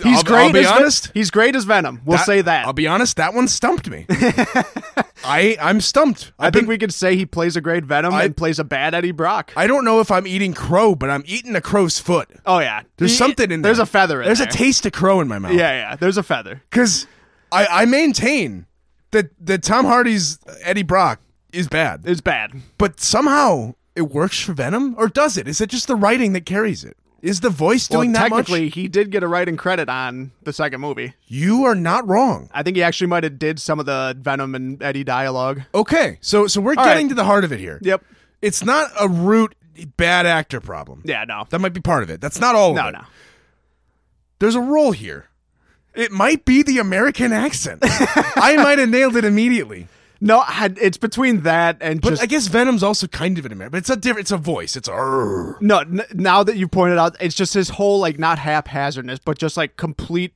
S1: I'll-
S2: great.
S1: I'll be
S2: as Ven-
S1: honest.
S2: he's great as Venom. We'll say that.
S1: I'll be honest, that one stumped
S2: [LAUGHS]
S1: me. I I'm stumped.
S2: I
S1: I've
S2: think
S1: been-
S2: we could say he plays a great Venom
S1: I-
S2: and plays a bad Eddie Brock.
S1: I don't know if I'm eating crow, but I'm eating a crow's foot.
S2: oh yeah,
S1: There's
S2: He-
S1: something in there.
S2: There's a feather in
S1: There's
S2: there.
S1: a taste of crow in my mouth.
S2: yeah, yeah. There's a feather.
S1: because I, I maintain that that Tom Hardy's Eddie Brock is bad,
S2: It's bad.
S1: but somehow it works for Venom, or does it? Is it just the writing that carries it? Is the voice doing
S2: well,
S1: that
S2: technically,
S1: much?
S2: he did get a writing credit on the second movie.
S1: You are not wrong.
S2: I think he actually might have did some of the Venom and Eddie dialogue.
S1: Okay, so so we're
S2: All
S1: getting
S2: right.
S1: to the heart of it here.
S2: Yep.
S1: It's not a root bad actor problem.
S2: Yeah. No.
S1: That might be part of it. That's not all of
S2: No.
S1: it.
S2: No.
S1: there's a role here. It might be the American
S2: [LAUGHS]
S1: accent. I might have nailed it immediately.
S2: No. I- It's between that and
S1: But
S2: just
S1: I guess Venom's also kind of an American. But it's a different. It's a voice. It's a. "Arr."
S2: No, n- now that you pointed out, it's just his whole like not haphazardness, but just like complete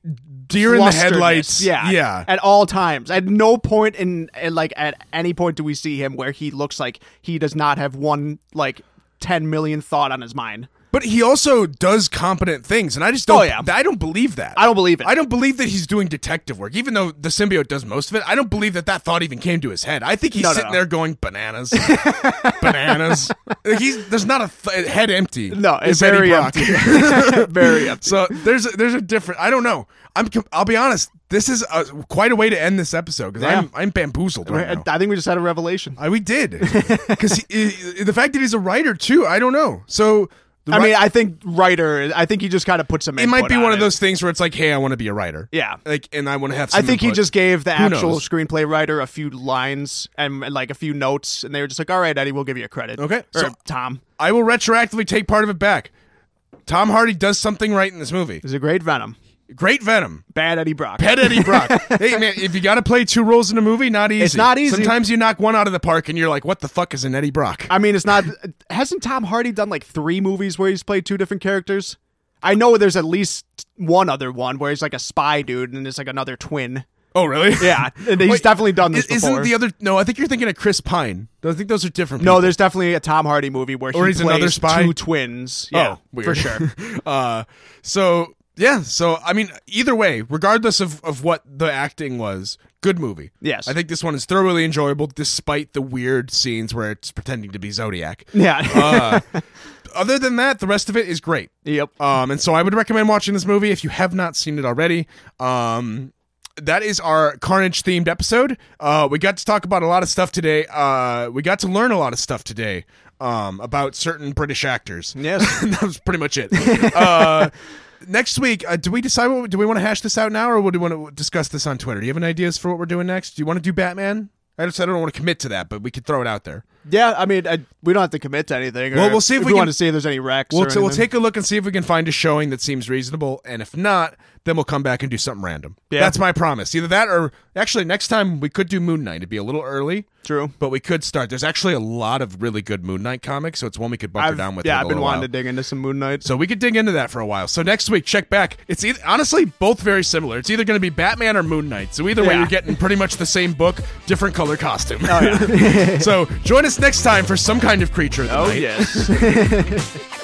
S1: Deer in the
S2: flusterness.
S1: headlights.
S2: Yeah,
S1: Yeah.
S2: At all times, at no point in, in like at any point do we see him where he looks like he does not have one like ten million thought on his mind.
S1: But he also does competent things, and I just don't.
S2: Oh, yeah.
S1: I don't believe that.
S2: I don't believe it.
S1: I don't believe that he's doing detective work, even though the symbiote does most of it. I don't believe that that thought even came to his head. I think he's
S2: No, no,
S1: sitting
S2: no.
S1: there going bananas, [LAUGHS] bananas. Like, he's there's not a th- head empty.
S2: no, it's
S1: is Eddie
S2: very
S1: Brock.
S2: empty. [LAUGHS] very
S1: [LAUGHS]
S2: empty.
S1: So there's a, there's a different. I don't know. I'm. com- I'll be honest. This is a, quite a way to end this episode because I'm I'm bamboozled right now.
S2: I think we just had a revelation.
S1: I, we
S2: [LAUGHS]
S1: did because the fact that he's a writer too. I don't know. So the
S2: I
S1: wri-
S2: mean, I think writer. I think he just kind of put some.
S1: it might
S2: input
S1: be
S2: on
S1: one of
S2: it.
S1: those things where it's like, hey, I want to be a writer.
S2: Yeah.
S1: Like, and I want to have.
S2: I
S1: Some
S2: think he
S1: input.
S2: just gave the
S1: Who
S2: actual
S1: knows?
S2: screenplay writer a few lines and, and, like a few notes, and they were just like, "All right, Eddie, we'll give you a credit."
S1: Okay,
S2: or
S1: so-
S2: Tom
S1: I will retroactively take part of it back. Tom Hardy does something right in this movie.
S2: is a great Venom,
S1: Great Venom.
S2: bad Eddie Brock.
S1: Pet Eddie
S2: [LAUGHS]
S1: Brock. hey man, if you got to play two roles in a movie, not easy.
S2: not easy.
S1: Sometimes you knock one out of the park, and you're like, "What the fuck is an Eddie Brock?"
S2: I mean, it's not. Hasn't Tom Hardy done like three movies where he's played two different characters? I know there's at least one other one where he's like a spy dude and it's like another twin.
S1: Oh really?
S2: Yeah, [LAUGHS] and he's
S1: Wait,
S2: definitely done this
S1: I- Isn't
S2: before.
S1: the other? No, I think you're thinking of Chris Pine. I think those are different.
S2: no,
S1: people.
S2: there's definitely a Tom Hardy movie where
S1: Or
S2: he
S1: he's
S2: plays
S1: another spy?
S2: two twins.
S1: Oh,
S2: Yeah,
S1: weird. [LAUGHS]
S2: for sure. [LAUGHS]
S1: uh, so yeah. So I mean, either way, regardless of of what the acting was, Good movie.
S2: Yes.
S1: I think this one is thoroughly enjoyable, despite the weird scenes where it's pretending to be Zodiac.
S2: Yeah.
S1: Uh, other than that, the rest of it is great.
S2: [LAUGHS] yep.
S1: Um, and so I would recommend watching this movie if you have not seen it already. Um, that is our Carnage themed episode. Uh, we got to talk about a lot of stuff today. Uh, we got to learn a lot of stuff today um, about certain British actors.
S2: Yes.
S1: [LAUGHS] that was pretty much it. Uh, next week, uh, do we decide what do we want to hash this out now, or do we want to discuss this on Twitter? Do you have any ideas for what we're doing next? Do you want to do Batman? I just I don't want to commit to that, but we could throw it out there.
S2: Yeah. I mean, I, we don't have to commit to anything. or
S1: Well, we'll see if we
S2: you
S1: can-
S2: want to see if there's any wrecks.
S1: We'll,
S2: or
S1: t- we'll
S2: anything.
S1: take a look and see if we can find a showing that seems reasonable, and if not, then we'll come back and do something random.
S2: Yeah.
S1: That's my promise. Either that, or actually, next time we could do Moon Knight. It'd be a little early,
S2: True.
S1: but we could start. There's actually a lot of really good Moon Knight comics, so it's one we could bunker
S2: I've,
S1: down with.
S2: yeah,
S1: for
S2: I've
S1: a
S2: been
S1: little
S2: wanting
S1: while.
S2: to dig into some Moon Knight.
S1: So we could dig into that for a while. So next week, check back. It's either, honestly both very similar. It's either going to be Batman or Moon Knight. So either way,
S2: Yeah. Oh,
S1: you're getting pretty much the same book, different color costume. [LAUGHS] so join us next time for some kind of creature. Of the
S2: oh
S1: night.
S2: yes.